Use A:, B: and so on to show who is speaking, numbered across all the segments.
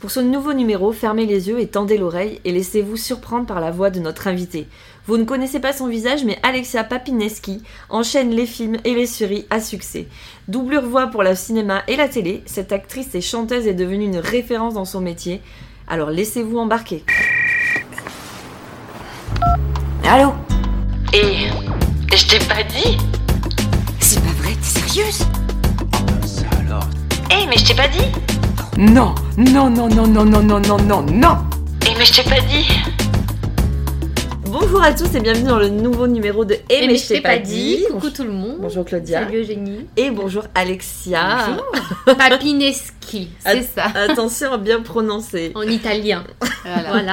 A: Pour ce nouveau numéro, fermez les yeux et tendez l'oreille et laissez-vous surprendre par la voix de notre invité. Vous ne connaissez pas son visage, mais Alexia Papineski enchaîne les films et les séries à succès. Doublure voix pour le cinéma et la télé, cette actrice et chanteuse est devenue une référence dans son métier. Alors laissez-vous embarquer.
B: Allô
C: Et je t'ai pas dit
B: C'est pas vrai, t'es sérieuse
C: Eh mais je t'ai pas dit
B: Non, non, non, non, non, non, non, non, non, non
C: Eh mais je t'ai pas dit
A: Bonjour à tous et bienvenue dans le nouveau numéro de Eh mais je t'ai pas dit.
D: Coucou tout le monde.
A: Bonjour Claudia.
D: Salut Eugénie.
A: Et bonjour Alexia.
D: Papineski, c'est ça.
A: Attention à bien prononcer.
D: En italien.
E: Voilà.
D: Voilà.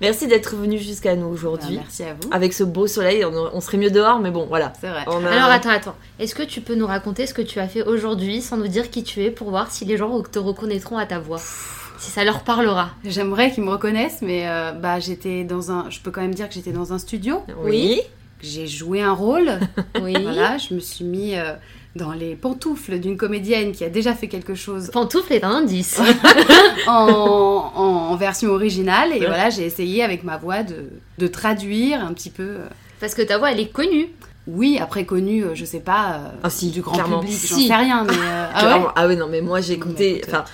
A: Merci d'être venu jusqu'à nous aujourd'hui.
E: Voilà, Bah, merci à vous.
A: Avec ce beau soleil, on, on serait mieux dehors, mais bon, voilà.
E: C'est vrai.
A: On a-
D: Alors attends, attends. Est-ce que tu peux nous raconter ce que tu as fait aujourd'hui sans nous dire qui tu es pour voir si les gens te reconnaîtront à ta voix Si ça leur parlera.
E: J'aimerais qu'ils me reconnaissent, mais euh, bah j'étais dans un. Je peux quand même dire que j'étais dans un studio.
A: Oui.
E: J'ai joué un rôle.
D: Oui.
E: voilà, je me suis mis euh, dans les pantoufles d'une comédienne qui a déjà fait quelque chose
D: Pantoufle est un indice.
E: en, en version originale. Et voilà, j'ai essayé avec ma voix de, de traduire un petit peu. euh,
D: Parce que ta voix, elle est connue.
E: Oui, après connu, euh, je sais pas, euh,
A: Ah si,
E: du grand
A: clairement.
E: public, j'en
D: Si.
E: sais rien, mais euh, ah ouais
A: Clairement. Ah oui, non, mais moi j'ai
E: Non,
A: écouté.
E: mais écoute,
A: Enfin,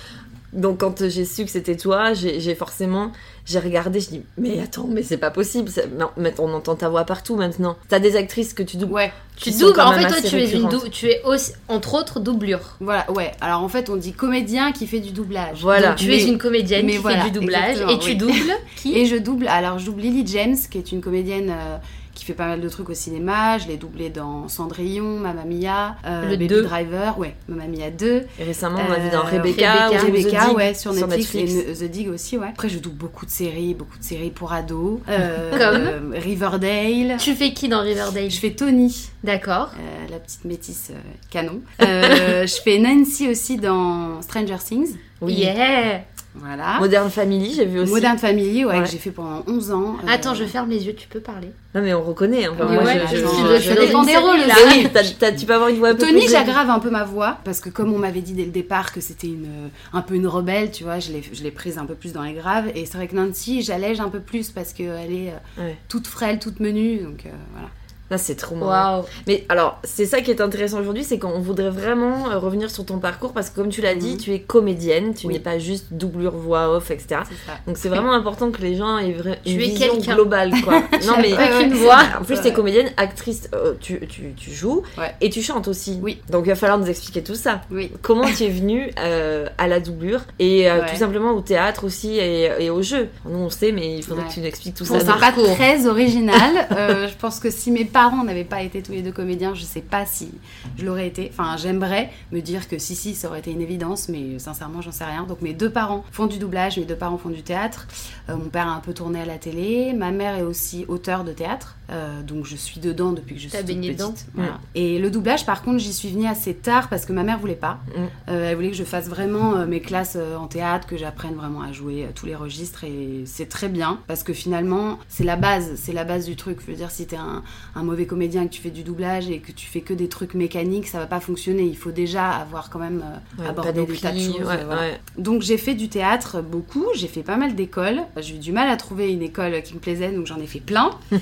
A: donc quand j'ai su que c'était toi, j'ai j'ai forcément. J'ai regardé, je dis, mais attends, mais c'est pas possible. ça- non, mais on entend ta voix partout maintenant. T'as des actrices que tu doubles.
E: Ouais,
D: Tu
A: Ils sont
D: doubles.
A: quand
D: En
A: même
D: fait, toi,
A: assez
D: tu es, une
A: récurrentes.
D: dou- tu es aussi, entre autres, doublure.
E: voilà, ouais. Alors en fait, on dit comédien qui fait du doublage.
A: Voilà.
D: Donc, tu
E: Mais-
D: es une comédienne
E: mais
D: qui
E: voilà,
D: fait du doublage
E: exactement,
D: et tu
E: oui.
D: doubles qui
E: Et je double, alors je double Lily James, qui est une comédienne euh, qui fait pas mal de trucs au cinéma. Je l'ai doublée dans Cendrillon, Mamma Mia, euh,
D: Le
E: Baby
D: deux.
E: Driver, ouais, Mamma Mia 2.
A: Et récemment, on a vu dans
E: Euh,
A: Rebecca,
D: Rebecca,
A: ou The
E: Rebecca,
A: Dig
E: ouais, sur
A: sur
E: Netflix,
A: Netflix.
E: et Ne- The Dig aussi, ouais. Après, je double beaucoup de séries, beaucoup de séries pour ados. Euh,
D: Comme
E: euh, Riverdale.
D: Tu fais qui dans Riverdale
E: Je fais Tony,
D: D'accord.
E: euh, la petite métisse euh, canon. Euh, je fais Nancy aussi dans Stranger Things.
A: Oui.
D: Yeah.
E: Voilà.
A: Modern Family, j'ai vu aussi.
E: Modern Family, ouais,
A: Ouais.
E: que j'ai fait pendant 11 ans. Euh,
D: Attends, je ferme les yeux, tu peux parler.
A: Non, mais on reconnaît. hein. Enfin,
E: Oui,
A: moi,
E: ouais,
A: je,
E: je
A: je-
E: suis-
A: je-
E: je suis- dépend des rôles, là.
A: Oui, t'as- t'as- tu peux avoir une voix un peu
E: Tony,
A: plus-
E: j'aggrave un peu ma voix parce que comme on m'avait dit dès le départ que c'était une un peu une rebelle, tu vois, je l'ai je l'ai prise un peu plus dans les graves et c'est vrai que Nancy, j'allège un peu plus parce que elle est euh,
A: Ouais.
E: toute frêle, toute menue, donc euh, voilà.
A: Ah, c'est trop marrant.
D: Waouh.
A: Mais alors, c'est ça qui est intéressant aujourd'hui, c'est qu'on voudrait vraiment euh, revenir sur ton parcours parce que comme tu l'as dit,
E: Mhm.
A: tu es comédienne, tu
E: Oui.
A: n'es pas juste doublure voix off, etc.
E: C'est ça.
A: Donc c'est vraiment important que les gens aient vra-
D: Tu
A: une
D: es
A: vision
D: quelqu'un.
A: globale, quoi. non mais
E: pas qu'une
A: c'est
E: voix.
A: ça. En plus, t'es
E: Ouais.
A: comédienne, actrice, euh, tu, tu- tu joues
E: Ouais.
A: et tu chantes aussi.
E: Oui.
A: Donc il va falloir nous expliquer tout ça.
E: Oui.
A: Comment tu es venue euh, à la doublure et euh,
E: Ouais.
A: tout simplement au théâtre aussi et, et au jeu. Nous on sait, mais il faudrait
E: Ouais.
A: que tu nous expliques tout
E: Bon,
A: ça.
E: c'est pas très original. Euh, je pense que si mes parents n'avaient pas été tous les deux comédiens, je sais pas si je l'aurais été. Enfin, j'aimerais me dire que si, si, ça aurait été une évidence, mais sincèrement, j'en sais rien. Donc, mes deux parents font du doublage, mes deux parents font du théâtre. Euh, mon père a un peu tourné à la télé. Ma mère est aussi auteur de théâtre. Euh, donc, je suis dedans depuis que je suis
D: T'as
E: toute
D: baigné
E: petite.
D: dedans.
E: Voilà. Et le doublage, par contre, j'y suis venue assez tard parce que ma mère voulait pas.
A: Mm.
E: Euh, elle voulait que je fasse vraiment euh, mes classes euh, en théâtre, que j'apprenne vraiment à jouer euh, tous les registres et c'est très bien parce que finalement c'est la base, c'est la base du truc. Je veux dire, si t'es un, un mauvais comédien et que tu fais du doublage et que tu fais que des trucs mécaniques, ça va pas fonctionner. Il faut déjà avoir quand même euh,
A: Ouais,
E: abordé des
A: panoplie,
E: tas de choses.
A: ouais,
E: euh, voilà.
A: ouais.
E: Donc j'ai fait du théâtre beaucoup, j'ai fait pas mal d'écoles. J'ai eu du mal à trouver une école qui me plaisait, donc j'en ai fait plein. Euh,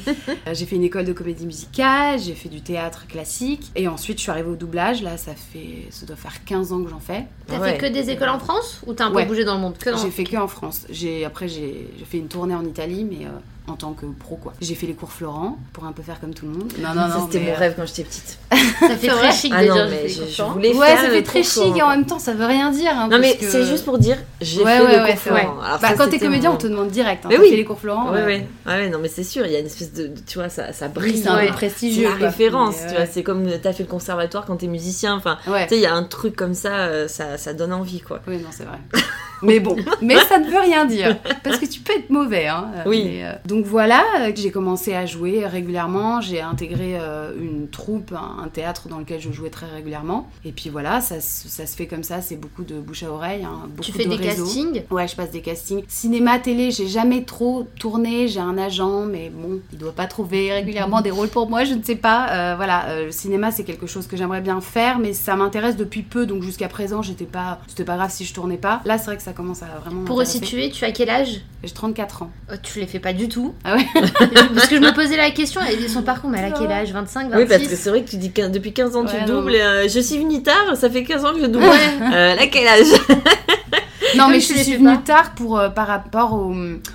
E: j'ai fait une école de comédie musicale, j'ai fait du théâtre classique, et ensuite je suis arrivée au doublage. Là, ça fait, ça doit faire 15 ans que j'en fais.
D: T'as
A: Ouais.
D: fait que des écoles en France ou t'as un peu
E: Ouais.
D: bougé dans le monde que
E: J'ai
D: en...
E: fait que en France. J'ai après j'ai j'ai fait une tournée en Italie, mais euh, en tant que pro quoi. J'ai fait les cours Florent pour un peu faire comme tout le monde. Non non
A: Ça,
E: non.
A: c'était mon
E: mais, euh,
A: rêve quand j'étais petite.
D: Ça fait très chic
A: Ah
D: déjà.
A: non,
D: j'ai
A: mais
D: fait
A: je,
D: les
A: je
D: cours.
A: voulais
E: euh, Ouais,
A: faire
E: ça
A: le
E: fait très
A: cours
E: chic et
A: Florent.
E: en même temps, ça veut rien dire. hein,
A: Non,
E: parce
A: mais
E: que-
A: c'est juste pour dire, j'ai
E: Ouais,
A: fait
E: ouais,
A: le
E: ouais,
A: cours
E: c'est vrai.
A: Florent. Alors,
E: Bah,
A: ça,
E: quand t'es
A: c'était
E: comédien,
A: mon-
E: on te demande direct. Hein,
A: Mais
E: t'as
A: oui.
E: fait les cours Florent.
A: Ouais,
E: euh,
A: ouais, ouais, non, mais c'est sûr, il y a une espèce de. de- Tu vois, ça, ça
E: Oui,
A: brille.
E: c'est un
D: Ouais.
E: peu
A: C'est
E: prestigieux.
A: la
E: quoi.
A: référence,
E: Mais,
A: tu
E: ouais.
A: vois. C'est comme euh, t'as fait le conservatoire quand t'es musicien. Enfin,
E: Ouais.
A: tu sais, il y a un truc comme ça, euh, ça, ça donne envie, quoi.
E: Oui, non, c'est vrai. mais bon, mais ça ne veut rien dire. Parce que tu peux être mauvais. Hein, euh,
A: Oui.
E: mais, euh, donc voilà, euh, j'ai commencé à jouer régulièrement. J'ai intégré euh, une troupe, un, un théâtre dans lequel je jouais très régulièrement. Et puis voilà, ça, se- ça se fait comme ça. C'est beaucoup de bouche à oreille. hein, beaucoup
D: Tu fais
E: de
D: des
E: réseaux.
D: castings
E: Ouais, je passe des castings. Cinéma, télé, j'ai jamais trop tourné. J'ai un agent, mais bon, il doit pas trouver régulièrement des rôles pour moi, je ne sais pas. Euh, voilà, euh, le cinéma, c'est quelque chose que j'aimerais bien faire, mais ça m'intéresse depuis peu. Donc jusqu'à présent, j'étais pas, c'était pas grave si je tournais pas. Là, c'est vrai que ça ça commence à vraiment.
D: Pour
E: m'intéresser.
D: resituer, tu as quel âge
E: J'ai 34 ans.
D: Oh, Tu les fais pas du tout.
E: Ah ouais
D: Parce que je me posais la question, et son parcours, mais elle a quel âge 25, 26
A: Oui, parce que c'est vrai que tu dis que depuis 15 ans tu
E: Ouais, non,
A: doubles.
E: non.
A: et, euh, je suis venue tard, ça fait 15 ans que je double. Euh, là, quel âge
E: Non,
D: Comme
E: mais
D: tu
E: je
D: les
E: suis
D: fais
E: venue
D: pas.
E: tard pour, euh, par rapport aux,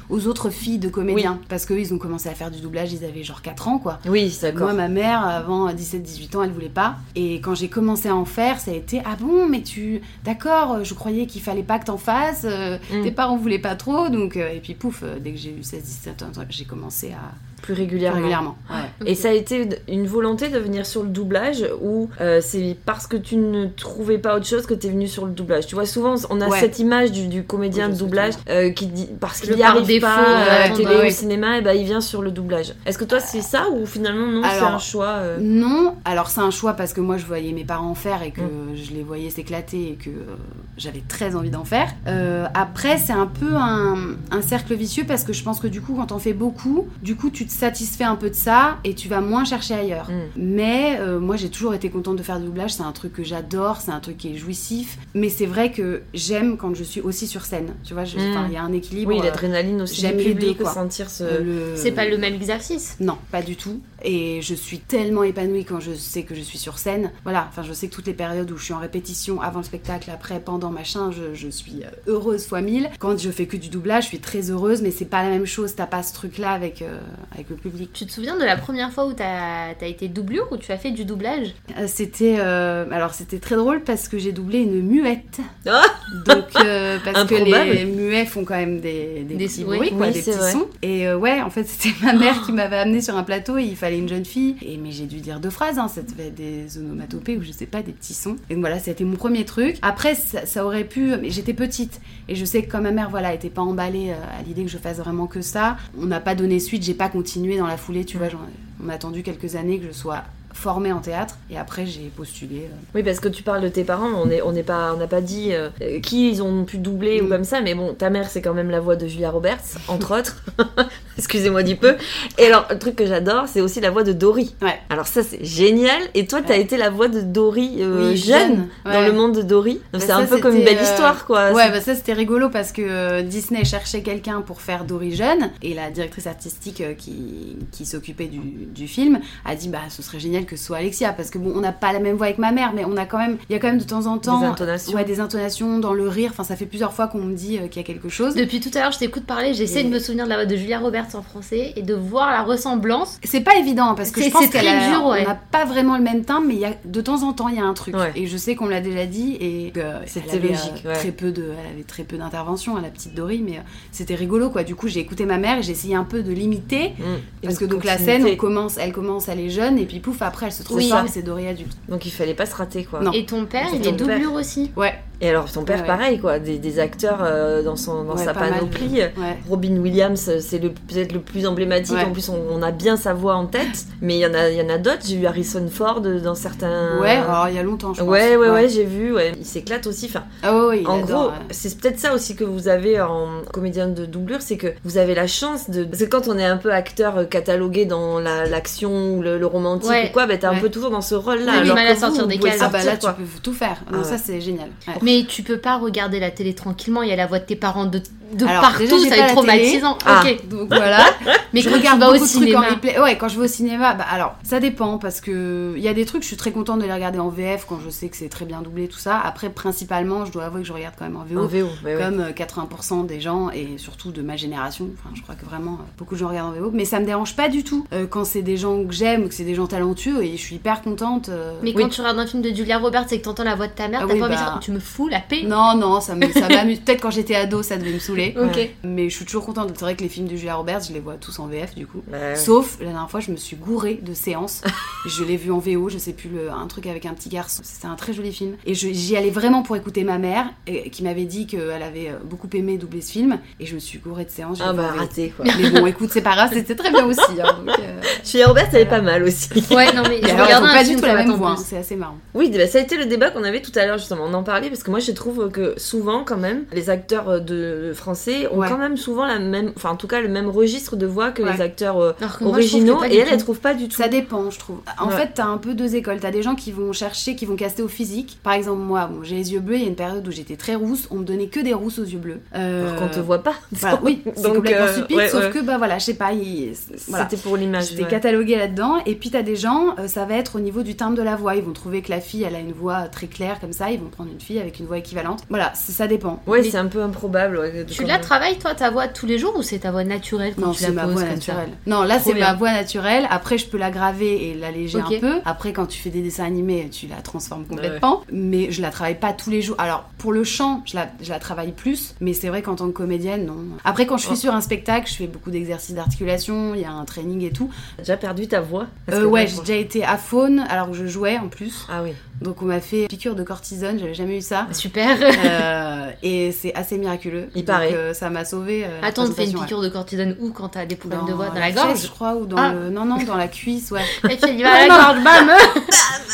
E: aux autres filles de comédiens. Parce qu'eux, ils ont commencé à faire du doublage, ils avaient genre 4 ans, quoi.
A: Oui, d'accord.
E: Moi, ma mère, avant 17-18 ans, elle voulait pas. Et quand j'ai commencé à en faire, ça a été Ah bon, mais tu. D'accord, euh, je croyais qu'il fallait pas que t'en fasses. euh,
A: Mm.
E: Tes parents voulaient pas trop. Donc, euh, et puis pouf, euh, dès que j'ai eu 16-17 ans, j'ai commencé à.
A: Plus régulièrement.
E: régulièrement. ouais.
A: Et ça a été une- une volonté de venir sur le doublage ou euh, c'est parce que tu ne trouvais pas autre chose que t'es venu sur le doublage Tu vois, souvent on a
E: Ouais.
A: cette image du, du comédien
E: Oui,
A: de
E: je sais
A: doublage
E: ce
A: euh, qui dit parce qu'il
D: Le
A: n'y
D: par
A: arrive
D: défaut,
A: pas
D: euh,
A: à la
E: ouais,
A: télé
E: bah
A: ou au
E: ouais. Euh,
A: cinéma, et ben il vient sur le doublage. Est-ce que toi c'est ça ou finalement non, c'est
E: alors,
A: un choix euh,
E: Non, alors c'est un choix parce que moi je voyais mes parents en faire et que
A: Mm.
E: je les voyais s'éclater et que euh, j'avais très envie d'en faire. Euh, après, c'est un peu un, un cercle vicieux parce que je pense que du coup, quand on fait beaucoup, du coup, tu te satisfais un peu de ça et tu vas moins chercher ailleurs.
A: Mm.
E: Mais euh, moi, j'ai toujours été contente de faire du doublage. C'est un truc que j'adore, c'est un truc qui est jouissif. Mais c'est vrai que j'aime quand je suis aussi sur scène. Tu vois, je-
A: Mm.
E: enfin, il y a un équilibre.
A: Oui,
E: euh,
A: l'adrénaline aussi du
E: j'aime les
A: public,
E: deux, quoi.
A: sentir ce...
E: euh, le-
D: C'est pas le même exercice.
E: non, pas du tout. Et je suis tellement épanouie quand je sais que je suis sur scène. Voilà, enfin, je sais que toutes les périodes où je suis en répétition, avant le spectacle, après, pendant, machin, je, je suis euh, heureuse fois mille. Quand je fais que du doublage, je suis très heureuse, mais c'est pas la même chose. T'as pas ce truc-là avec, euh, avec le public.
D: Tu te souviens de la première fois où t'as as été doublure ou tu as fait du doublage
E: Euh, c'était. euh, alors, c'était très drôle parce que j'ai doublé une muette.
A: Ah
E: Donc, euh, parce que
A: Improbable.
E: les muets font quand même des, des,
D: Des-
E: petits
D: oui.
E: bruits, quoi,
A: Oui,
E: des
A: c'est
E: petits
A: vrai.
E: sons. Et euh, ouais, en fait, c'était ma mère qui m'avait amenée sur un plateau et il fallait une jeune fille. Et mais j'ai dû dire deux phrases, hein, ça devait être des onomatopées ou je sais pas, des petits sons. Et donc voilà, c'était mon premier truc. Après, ça, ça aurait pu. Mais j'étais petite et je sais que quand ma mère, voilà, était pas emballée euh, à l'idée que je fasse vraiment que ça, on n'a pas donné suite, j'ai pas continué dans la foulée, tu vois. j'en- On a attendu quelques années que je sois formée en théâtre et après j'ai postulé. euh,
A: Oui, parce que tu parles de tes parents, on est, on n'est pas, on n'a pas dit euh, euh, qui ils ont pu doubler ou
E: Mm.
A: comme ça, mais bon, ta mère c'est quand même la voix de Julia Roberts, entre autres. Excusez-moi du peu. Et alors, le truc que j'adore, c'est aussi la voix de Dory.
E: Ouais.
A: Alors ça, c'est génial. Et toi, t'as
E: Ouais.
A: été la voix de Dory euh,
E: Oui,
A: jeune, dans
E: ouais.
A: le monde de Dory. Donc
E: Bah,
A: c'est
E: ça,
A: un peu comme une
E: c'était,
A: belle
E: euh,
A: histoire, quoi.
E: Ouais,
A: C'est-
E: bah ça c'était rigolo parce que euh, Disney cherchait quelqu'un pour faire Dory jeune et la directrice artistique euh, qui, qui s'occupait du, du film a dit bah ce serait génial que ce soit Alexia parce que bon on n'a pas la même voix avec ma mère mais on a quand même il y a quand même de temps en temps
A: Des intonations.
E: ouais des intonations dans le rire enfin ça fait plusieurs fois qu'on me dit euh, qu'il y a quelque chose
D: Depuis tout à l'heure, je t'écoute parler, j'essaie
A: Et-
D: de me souvenir de la voix de Julia Roberts en français et de voir la ressemblance.
E: c'est pas évident parce que
D: C'est-
E: je pense
D: c'est très
E: qu'elle a-
D: dur, ouais.
E: on n'a pas vraiment le même timbre mais il y a de temps en temps il y a un truc
A: Ouais.
E: et je sais qu'on me l'a déjà dit et que
A: C'était
E: elle avait,
A: logique,
E: euh,
A: ouais.
E: très peu de elle avait très peu d'intervention à la petite Dory mais euh, c'était rigolo quoi du coup j'ai écouté ma mère et j'ai essayé un peu de l'imiter
A: Mm.
E: parce
A: Une
E: que donc la
A: continuité.
E: scène on commence elle commence elle est jeune et puis pouf après elle se
A: Oui.
E: transforme et c'est Dory adulte
A: Donc il fallait pas se rater, quoi.
E: Non.
D: Et ton père,
A: C'est
D: il
A: ton
D: est doublure aussi.
E: ouais
A: Et alors ton père,
E: Ouais, ouais.
A: pareil, quoi. Des, des acteurs euh, dans son, dans
E: ouais,
A: sa
E: pas mal de-
A: panoplie. euh,
E: ouais
A: Robin Williams, euh, c'est le- peut-être le plus emblématique.
E: Ouais.
A: En plus, on, on a bien sa voix en tête, mais il y en a, il y en a d'autres. J'ai eu Harrison Ford euh, dans certains.
E: ouais alors il y a longtemps je pense
A: Ouais, ouais, ouais, j'ai vu. ouais. Il s'éclate aussi. Enfin,
E: ah ouais, ouais, il
A: en
E: adore,
A: gros,
E: ouais.
A: c'est peut-être ça aussi que vous avez en comédien de doublure, c'est que vous avez la chance de. Parce que quand on est un peu acteur euh, catalogué dans la- l'action ou le, le romantique
D: Ouais.
A: ou quoi, bah, t'es un
E: Ouais.
A: peu toujours dans ce rôle-là.
D: T'as du
A: alors
D: mal à
A: que
D: sortir
A: vous,
D: des
A: vous pouvez
D: cases.
E: ah bah là
A: sortir,
E: tu peux tout faire non
A: Ah
E: ça c'est génial Ouais.
D: Mais tu peux pas regarder la télé tranquillement, il y a la voix de tes parents de, de
E: Alors,
D: partout,
E: déjà, j'ai
D: ça
E: pas
D: est
E: la
D: traumatisant.
A: Ah.
D: Ok.
E: donc voilà
D: Mais
E: je
D: quand tu
E: regarde
D: vas au
E: beaucoup de trucs en
D: cinéma,
E: replay. Ouais, quand je vais au cinéma, bah alors ça dépend parce que il y a des trucs je suis très contente de les regarder en VF quand je sais que c'est très bien doublé tout ça. Après principalement, je dois avouer que je regarde quand même en
A: En
E: VO.
A: VO, ouais, ouais.
E: Comme euh, 80% des gens et surtout de ma génération, enfin je crois que vraiment euh, beaucoup de gens regardent en VO, mais ça me dérange pas du tout euh, quand c'est des gens que j'aime ou que c'est des gens talentueux et je suis hyper contente. euh,
D: mais quand tu regardes un film de Julia Roberts et que t'entends la voix de ta mère,
E: Ah
D: t'as
E: oui,
D: pas envie de
E: bah.
D: dire, tu me fous la paix.
E: Non, non, ça me- ça m'amuse. Peut-être quand j'étais ado, ça devait me saouler.
D: Ok.
A: Ouais.
E: Mais je suis toujours contente. C'est vrai que les films de Julia Roberts, je les vois tous en VF du coup.
A: Bah, ouais.
E: Sauf la dernière fois, je me suis gourée de séance. je l'ai vu en VO, je sais plus le, un truc avec un petit garçon. C'était un très joli film. Et je- j'y allais vraiment pour écouter ma mère, et- qui m'avait dit qu'elle avait euh, beaucoup aimé doubler ce film. Et je me suis gourée de séance. je l'ai
A: Ah
E: vu en
A: bah
E: VO.
A: raté quoi.
E: Mais bon, écoute, c'est pas grave, c'était très bien aussi. hein, donc, euh,
A: Chez Robert, elle est pas mal aussi.
D: Ouais, non, mais je
E: et alors, elles
D: regardais
E: ont
D: un
E: pas
D: film
E: du tout
D: sur
E: la
D: la
E: même voix. hein,
D: tempête.
E: C'est assez marrant.
A: Oui, bah, ça a été le débat qu'on avait tout à l'heure, justement. On en parlait parce que moi, je trouve que souvent, quand même, les acteurs euh, de, français ont
E: Ouais.
A: quand même souvent la même, enfin en tout cas le même registre de voix que
E: Ouais.
A: les acteurs euh,
D: Alors que moi, je trouve que
A: originaux
D: pas
A: et
D: du
A: elle,
D: tout.
A: elle trouve pas du tout.
E: Ça dépend, je trouve. En
A: Ouais.
E: fait, t'as un peu deux écoles. T'as des gens qui vont chercher, qui vont caster au physique. Par exemple, moi, bon, j'ai les yeux bleus. Il y a une période où j'étais très rousse. On me donnait que des rousses aux yeux bleus. Euh,
A: Alors qu'on te voit pas.
E: voilà, oui, c'est
A: Bah Donc,
E: complètement
A: euh,
E: stupide.
A: ouais,
E: sauf
A: ouais.
E: que, bah voilà, je sais pas. il- voilà.
A: C'était pour l'image.
E: J'étais
A: ouais.
E: cataloguée là-dedans. Et puis, t'as des gens, euh, ça va être au niveau du timbre de la voix. Ils vont trouver que la fille, elle a une voix très claire comme ça. Ils vont prendre une fille avec une voix équivalente. Voilà, c- ça dépend.
A: Ouais,
E: Mais-
A: c'est un peu improbable. ouais, de-
D: Tu
A: quand
D: la
A: même.
D: travailles toi ta voix tous les jours ou c'est ta voix naturelle quand
E: Non,
D: tu
E: c'est
D: la
E: ma
D: poses
E: voix
D: comme
E: naturelle. Non, là,
D: Trop
E: c'est ma
D: bien.
E: voix naturelle. Après, je peux l'aggraver et l'alléger
D: Ok.
E: un peu. Après, quand tu fais des dessins animés, tu la transformes complètement. Mais je la travaille pas tous les jours. Alors, pour le chant, je la, je la travaille plus. Mais c'est vrai qu'en tant que comédienne, non. Après, quand je suis
A: Oh.
E: sur un spectacle, je fais beaucoup d'exercices d'articulation, il y a un training et tout.
A: T'as déjà perdu ta voix Parce
E: Euh,
A: que
E: ouais,
A: moi,
E: j'ai déjà été à faune alors que je jouais en plus.
A: Ah oui.
E: Donc, on m'a fait piqûre de cortisone, j'avais jamais eu ça.
D: ça. Ah, Super.
E: Euh, et c'est assez miraculeux.
A: Il paraît.
E: ça m'a sauvé. euh, la
D: Attends, on te fait une
E: présentation, ouais.
D: piqûre de cortisone où quand t'as des problèmes
E: dans
D: de voix dans
E: la
D: la gorge
E: fesse, je crois, ou dans
D: Ah.
E: le... Non, non, dans la cuisse, ouais.
D: Et puis elle bah, y va à la
E: Non, non.
D: gorge, bam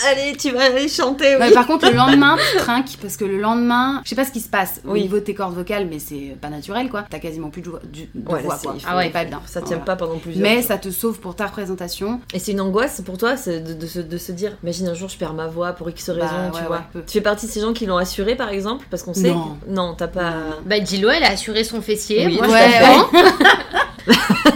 A: Allez, tu vas aller chanter.
E: Non, mais par contre, le lendemain, tu trinques parce que le lendemain, je sais pas ce qui se passe au
A: Oui.
E: niveau de tes cordes vocales, mais c'est pas naturel quoi. T'as quasiment plus de, voix- du- de
A: Ouais,
E: voix
A: c'est-
E: quoi.
A: il faut-
E: Ah ouais, pas bien.
A: Ça tient
E: Voilà.
A: pas pendant plusieurs.
E: Mais
A: jours.
E: ça te sauve pour ta représentation.
A: Et c'est une angoisse pour toi c'est de, de se, de se dire, imagine un jour je perds ma voix pour X raison, tu
E: ouais,
A: vois.
E: ouais, peu.
A: Tu fais partie de ces gens qui l'ont assuré par exemple Parce qu'on sait.
E: Non.
A: que- Non, t'as pas.
D: Bah Gillo, elle a assuré son fessier.
A: Oui,
D: Moi,
E: ouais, Hein
D: je t'attends.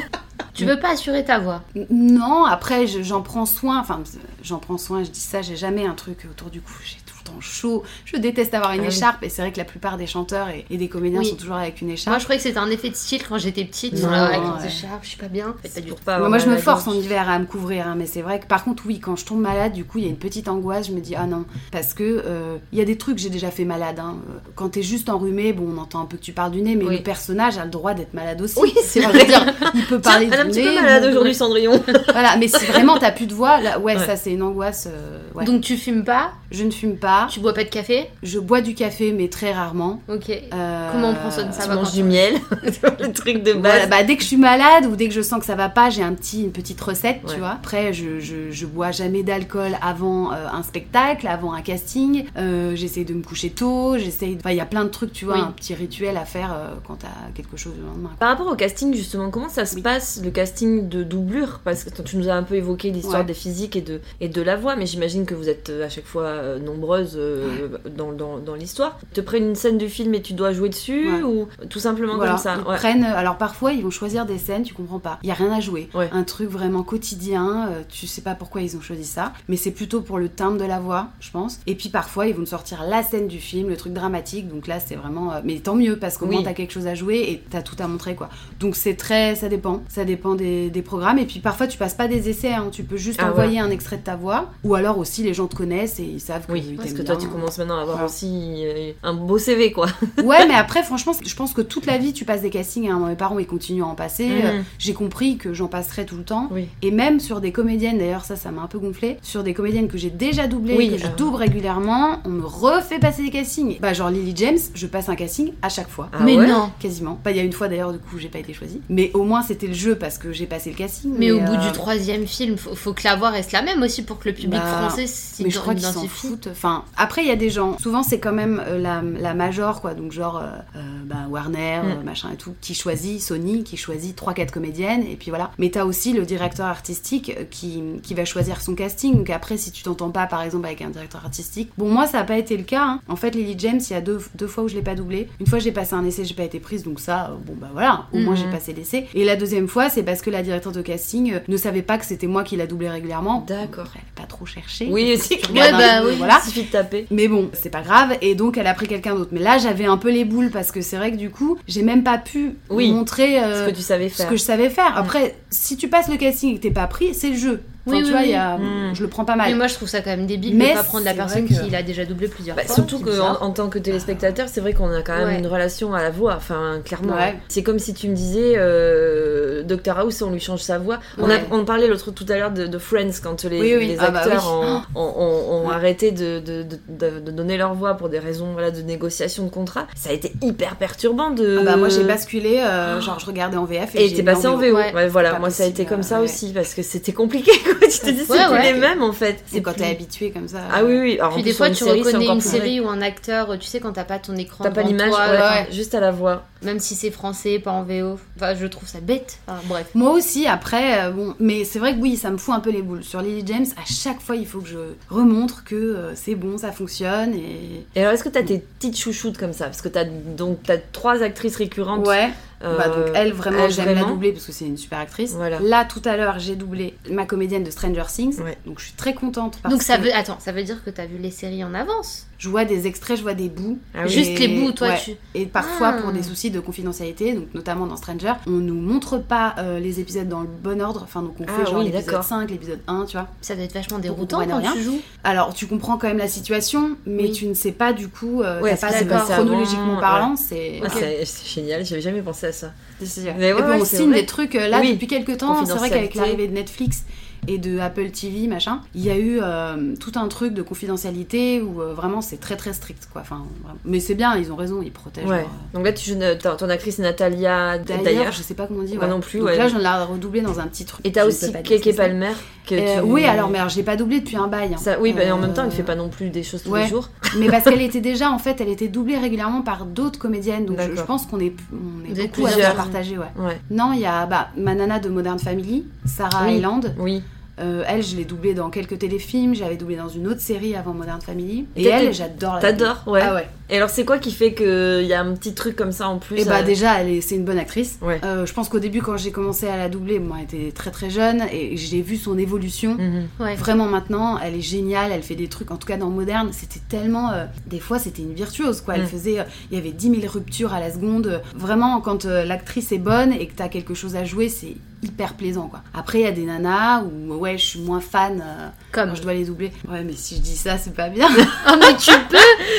D: tu veux pas assurer ta voix.
E: N- Non, après, je- j'en prends soin. Enfin, j'en prends soin, je dis ça, j'ai jamais un truc autour du cou. J'ai tout le temps chaud. Je déteste avoir une
A: Ah oui.
E: écharpe et c'est vrai que la plupart des chanteurs et, et des comédiens
D: Oui.
E: sont toujours avec une
D: Moi,
E: écharpe.
D: je croyais que c'était un effet de style quand j'étais petite.
A: Non,
D: genre, avec
E: ouais.
D: des écharpes, je suis pas bien. En fait, pas
A: c'est
D: du
A: pour
D: tout.
A: pas
E: Moi,
A: avoir
E: moi, je
A: mal
E: me
A: à la
E: force en
A: gorge.
E: hiver à me couvrir, hein, mais c'est vrai que par contre, oui, quand je tombe malade, du coup, il y a une petite angoisse. Je me dis, ah non, parce que euh, il y a des trucs que j'ai déjà fait malade. hein. Euh, Quand t'es juste enrhumé, bon, on entend un peu que tu parles du nez, mais
A: Oui.
E: le personnage a le droit d'être malade aussi.
A: Oui, c'est
E: Enfin, je veux
A: vrai.
E: dire, il peut
A: Tiens,
E: parler
A: elle est un
E: du
A: petit
E: nez.
A: peu malade
E: bon,
A: aujourd'hui, Cendrillon.
E: Voilà, mais si vraiment t'as plus de voix, là, ouais,
A: Ouais.
E: ça c'est une angoisse. euh, ouais.
D: Donc tu fumes pas,
E: je ne fume pas,
D: tu bois pas de café.
E: je bois du café, mais très rarement.
D: Ok.
E: Euh,
D: Comment on prend soin de
A: Tu
D: ça va
A: manges
D: quand
A: du miel, le truc de
E: Voilà,
A: base.
E: bah, dès que je suis malade ou dès que je sens que ça va pas, j'ai un petit, une petite recette,
A: Ouais.
E: tu vois. Après, je, je, je bois jamais d'alcool avant euh, un spectacle, avant un casting. Euh, j'essaye de me coucher tôt, j'essaye. de- Enfin, il y a plein de trucs, tu vois,
D: Oui.
E: un petit rituel à faire euh, quand t'as quelque chose le lendemain.
A: Par rapport au casting, justement, comment ça se
E: Oui.
A: passe le casting de doublure Parce que tu nous as un peu évoqué l'histoire
E: Ouais.
A: des physiques et de, et de la voix, mais j'imagine que vous êtes euh, à chaque fois euh, nombreuses euh, dans, dans, dans l'histoire. Ils te prennent une scène du film et tu dois jouer dessus
E: Ouais.
A: ou tout simplement
E: Voilà,
A: comme ça
E: ils
A: Ouais.
E: prennent. euh, Alors parfois, ils vont choisir des scènes, tu comprends pas. Il y a rien à jouer.
A: Ouais.
E: Un truc vraiment quotidien. euh, tu sais pas pourquoi ils ont choisi ça, mais c'est plutôt pour le timbre de la voix, je pense. Et puis parfois, ils vont te sortir la scène du film, le truc dramatique. Donc là, c'est vraiment. euh, mais tant mieux parce qu'au
A: Oui.
E: moins t'as quelque chose à jouer et t'as tout à montrer quoi. Donc c'est très. Ça dépend. Ça dépend des, des programmes. Et puis parfois, tu passes pas des essais. hein, Tu peux juste
A: Ah,
E: envoyer un extrait de ta voix. Ou alors aussi, les gens te connaissent et ils savent que
A: Oui,
E: ils
A: parce que
E: t'aiment
A: toi,
E: bien.
A: tu commences maintenant à avoir
E: Voilà.
A: aussi euh, un beau CV, quoi.
E: Ouais, mais après, franchement, je pense que toute la vie, tu passes des castings. Hein. Mes parents, ils continuent à en passer.
A: Mhm.
E: Euh, J'ai compris que j'en passerai tout le temps.
A: Oui.
E: Et même sur des comédiennes, d'ailleurs, ça, ça m'a un peu gonflé. Sur des comédiennes que j'ai déjà doublées,
A: Oui,
E: et que je
A: euh.
E: double régulièrement, on me refait passer des castings. Bah, genre Lily James, je passe un casting à chaque fois.
A: Ah ouais
D: non.
E: Quasiment. Pas il y a une fois d'ailleurs, du coup, j'ai pas été choisie. Mais au moins, c'était le jeu parce que j'ai passé le casting.
D: Mais au bout
E: euh,
D: du troisième film, faut, faut que la voix reste la même aussi pour que le public
E: Bah,
D: français s'y
E: mais je crois qu'ils s'en
D: identifie.
E: foutent. Enfin, après, il y a des gens. Souvent, c'est quand même euh, la, la major, quoi. Donc, genre, euh, euh, bah, Warner,
A: Mm.
E: euh, machin et tout, qui choisit, Sony, qui choisit 3-4 comédiennes, et puis voilà. Mais t'as aussi le directeur artistique euh, qui, qui va choisir son casting. Donc, après, si tu t'entends pas, par exemple, avec un directeur artistique. Bon, moi, ça n'a pas été le cas. hein. En fait, Lily James, il y a deux, deux fois où je l'ai pas doublée. Une fois, j'ai passé un essai, j'ai pas été prise. Donc, ça, euh, bon, bah voilà. Au moins,
A: Mm.
E: j'ai passé l'essai. Et la deuxième fois, c'est parce que la directrice de casting euh, ne savait pas que c'était moi qui la doublée régulièrement.
A: D'accord.
E: Après, elle a pas trop cherché.
A: Oui, c'est
E: Tu
A: clair.
E: regardes
D: Ouais,
E: un
D: bah
E: peu,
D: oui.
E: voilà.
A: Il suffit de taper.
E: Mais bon, c'est pas grave. Et donc, elle a pris quelqu'un d'autre. Mais là, j'avais un peu les boules parce que c'est vrai que du coup, j'ai même pas pu
A: Oui.
E: montrer euh,
A: Ce que tu savais
E: ce
A: faire.
E: que je savais faire. Après, si tu passes le casting et que t'es pas pris, c'est le jeu. Enfin,
D: Oui,
E: tu
D: oui,
E: vois, il
D: oui.
E: y a...
A: Mm.
E: je le prends pas
D: Mais
E: mal.
D: moi, je trouve ça quand même débile
E: Mais
D: de pas prendre la
E: c'est vrai
D: personne
E: que-
D: qui l'a déjà doublé plusieurs
A: Bah,
D: fois.
A: surtout
D: c'est
A: qu'en
D: bizarre.
A: en tant que téléspectateur, c'est vrai qu'on a quand même
D: Ouais.
A: une relation à la voix, enfin clairement.
E: Ouais.
A: C'est comme si tu me disais, euh, Dr House, on lui change sa voix. On, a-
E: Ouais.
A: on parlait l'autre tout à l'heure de, de Friends quand les,
E: Oui, oui.
A: les
E: Ah bah
A: acteurs
E: oui.
A: ont- ont, ont- ont
E: Ouais.
A: arrêté de, de- de- de- de donner leur voix pour des raisons voilà, de négociation de contrat. Ça a été hyper perturbant de.
E: Ah bah, moi, j'ai basculé. euh, genre, je regardais en VF et,
A: Et
E: j'ai
A: t'es
E: mis en
A: passé en
E: VO.
A: VO.
D: Ouais.
A: Ouais, voilà,
E: Pas
A: moi ça a été
E: possible, hein,
A: comme ça
E: ouais.
A: aussi parce que c'était compliqué quoi. Tu te dis, c'est
D: Ouais,
A: plus
D: ouais.
A: les mêmes en fait.
E: C'est quand
A: plus-
E: t'es habitué comme ça. euh,
A: Ah oui, oui. Alors, en
D: Puis
A: plus,
D: des fois,
A: sur une série,
D: tu
A: c'est
D: reconnais
A: encore
D: une
A: plus vrai.
D: série ou un acteur, tu sais, quand t'as pas ton écran.
A: T'as pas
D: devant
A: l'image,
D: toi,
A: ouais,
D: enfin,
A: juste à la voix.
D: Même si c'est français, pas en VO. Enfin, je trouve ça bête. Enfin, bref.
E: Moi aussi, après, euh, bon, mais c'est vrai que oui, ça me fout un peu les boules. Sur Lily James, à chaque fois, il faut que je remontre que euh, c'est bon, ça fonctionne et.
A: Et alors, est-ce que t'as tes petites chouchoutes comme ça Parce que t'as donc t'as trois actrices récurrentes.
E: Ouais,
A: euh,
E: bah donc elle vraiment
A: elle,
E: j'aime la
A: vraiment.
E: doubler parce que c'est une super actrice.
A: Voilà.
E: Là tout à l'heure j'ai doublé ma comédienne de Stranger Things,
A: Ouais.
E: donc je suis très contente parce
D: Donc ça
E: que
D: veut. Attends, ça veut dire que t'as vu les séries en avance
E: je vois des extraits, je vois des bouts,
A: Ah oui.
D: Juste les bouts, toi,
E: ouais.
D: tu.
E: Et parfois,
D: Ah.
E: pour des soucis de confidentialité, donc notamment dans Stranger, on nous montre pas euh, les épisodes dans le bon ordre. Enfin, donc on
A: Ah
E: fait genre
A: oui,
E: l'épisode
A: d'accord.
E: 5, l'épisode 1, tu vois.
D: Ça doit être vachement
E: Pour
D: déroutant
E: comprendre
D: quand
E: rien.
D: tu joues.
E: Alors, tu comprends quand même la situation, mais
D: Oui.
E: tu ne sais pas du coup, euh,
A: Ouais,
E: t'as
A: ce
E: pas
A: qui
E: c'est
A: s'est
E: pas
A: passé
E: chronologiquement
A: avant,
E: parlant, c'est.
A: Ah, c'est- C'est génial, j'avais jamais pensé à ça.
E: C'est-
A: Mais
E: Et
A: ouais,
E: puis,
A: ouais,
E: on
A: c'est
E: signe
A: vrai.
E: des trucs euh, là
A: Oui.
E: depuis quelques temps. C'est vrai qu'avec
A: Confidentialité.
E: l'arrivée de Netflix et de Apple TV, machin, il y a eu euh, tout un truc de confidentialité où euh, vraiment c'est très très strict, quoi. Enfin, vraiment. mais c'est bien, ils ont raison, ils protègent.
A: Ouais.
E: leur-
A: Donc là, tu, ne- ton ton actrice Natalia D-
E: euh, D'ailleurs,
A: d'ailleurs.
E: je sais pas comment on dit.
A: Moi
E: ouais.
A: non plus,
E: Donc
A: ouais.
E: là, je viens de la redoubler dans un petit truc.
A: Et t'as
E: Je
A: aussi
E: peux pas dire ce
A: Keke
E: que c'est.
A: Palmer. Que
E: Euh,
A: tu-
E: Oui, alors, mais alors, j'ai pas doublé depuis un bail. hein.
A: Ça, oui, bah, en même temps, elle
E: Euh,
A: fait pas non plus des choses tous
E: ouais.
A: les jours.
E: Mais parce qu'elle était déjà, en fait, elle était doublée régulièrement par d'autres comédiennes. Donc je,
A: D'accord.
E: je pense qu'on est, on
D: Vous
E: est
D: êtes
E: beaucoup à
A: plusieurs.
E: à partager, ouais.
A: Ouais.
E: Non, il y a bah, ma nana de Modern Family, Sarah
A: Oui.
E: Island.
A: Oui.
E: Euh, elle, je l'ai doublée dans quelques téléfilms. J'avais doublé dans une autre série avant Modern Family. Et
A: T'es-
E: elle,
A: t'es-
E: j'adore la doubler.
A: T'adores, ouais.
E: Ah ouais.
A: Et alors, c'est quoi qui fait qu'il y a un petit truc comme ça en plus
E: Et bah
A: euh,
E: déjà, elle est- c'est une bonne actrice.
A: Ouais.
E: Euh, je pense qu'au début, quand j'ai commencé à la doubler, moi, elle était très très jeune et j'ai vu son évolution.
A: Mhm.
D: Ouais.
E: Vraiment maintenant, elle est géniale, elle fait des trucs, en tout cas dans Moderne, c'était tellement... euh, des fois, c'était une virtuose, quoi. Elle
A: Mm.
E: faisait... euh, Il y avait 10 000 ruptures à la seconde. Vraiment, quand euh, l'actrice est bonne et que t'as quelque chose à jouer, c'est hyper plaisant, quoi. Après, il y a des nanas où, ouais, je suis moins fan euh,
D: Comme.
E: quand je dois les doubler. Ouais, mais si je dis ça, c'est pas bien.
D: Ah, mais tu peux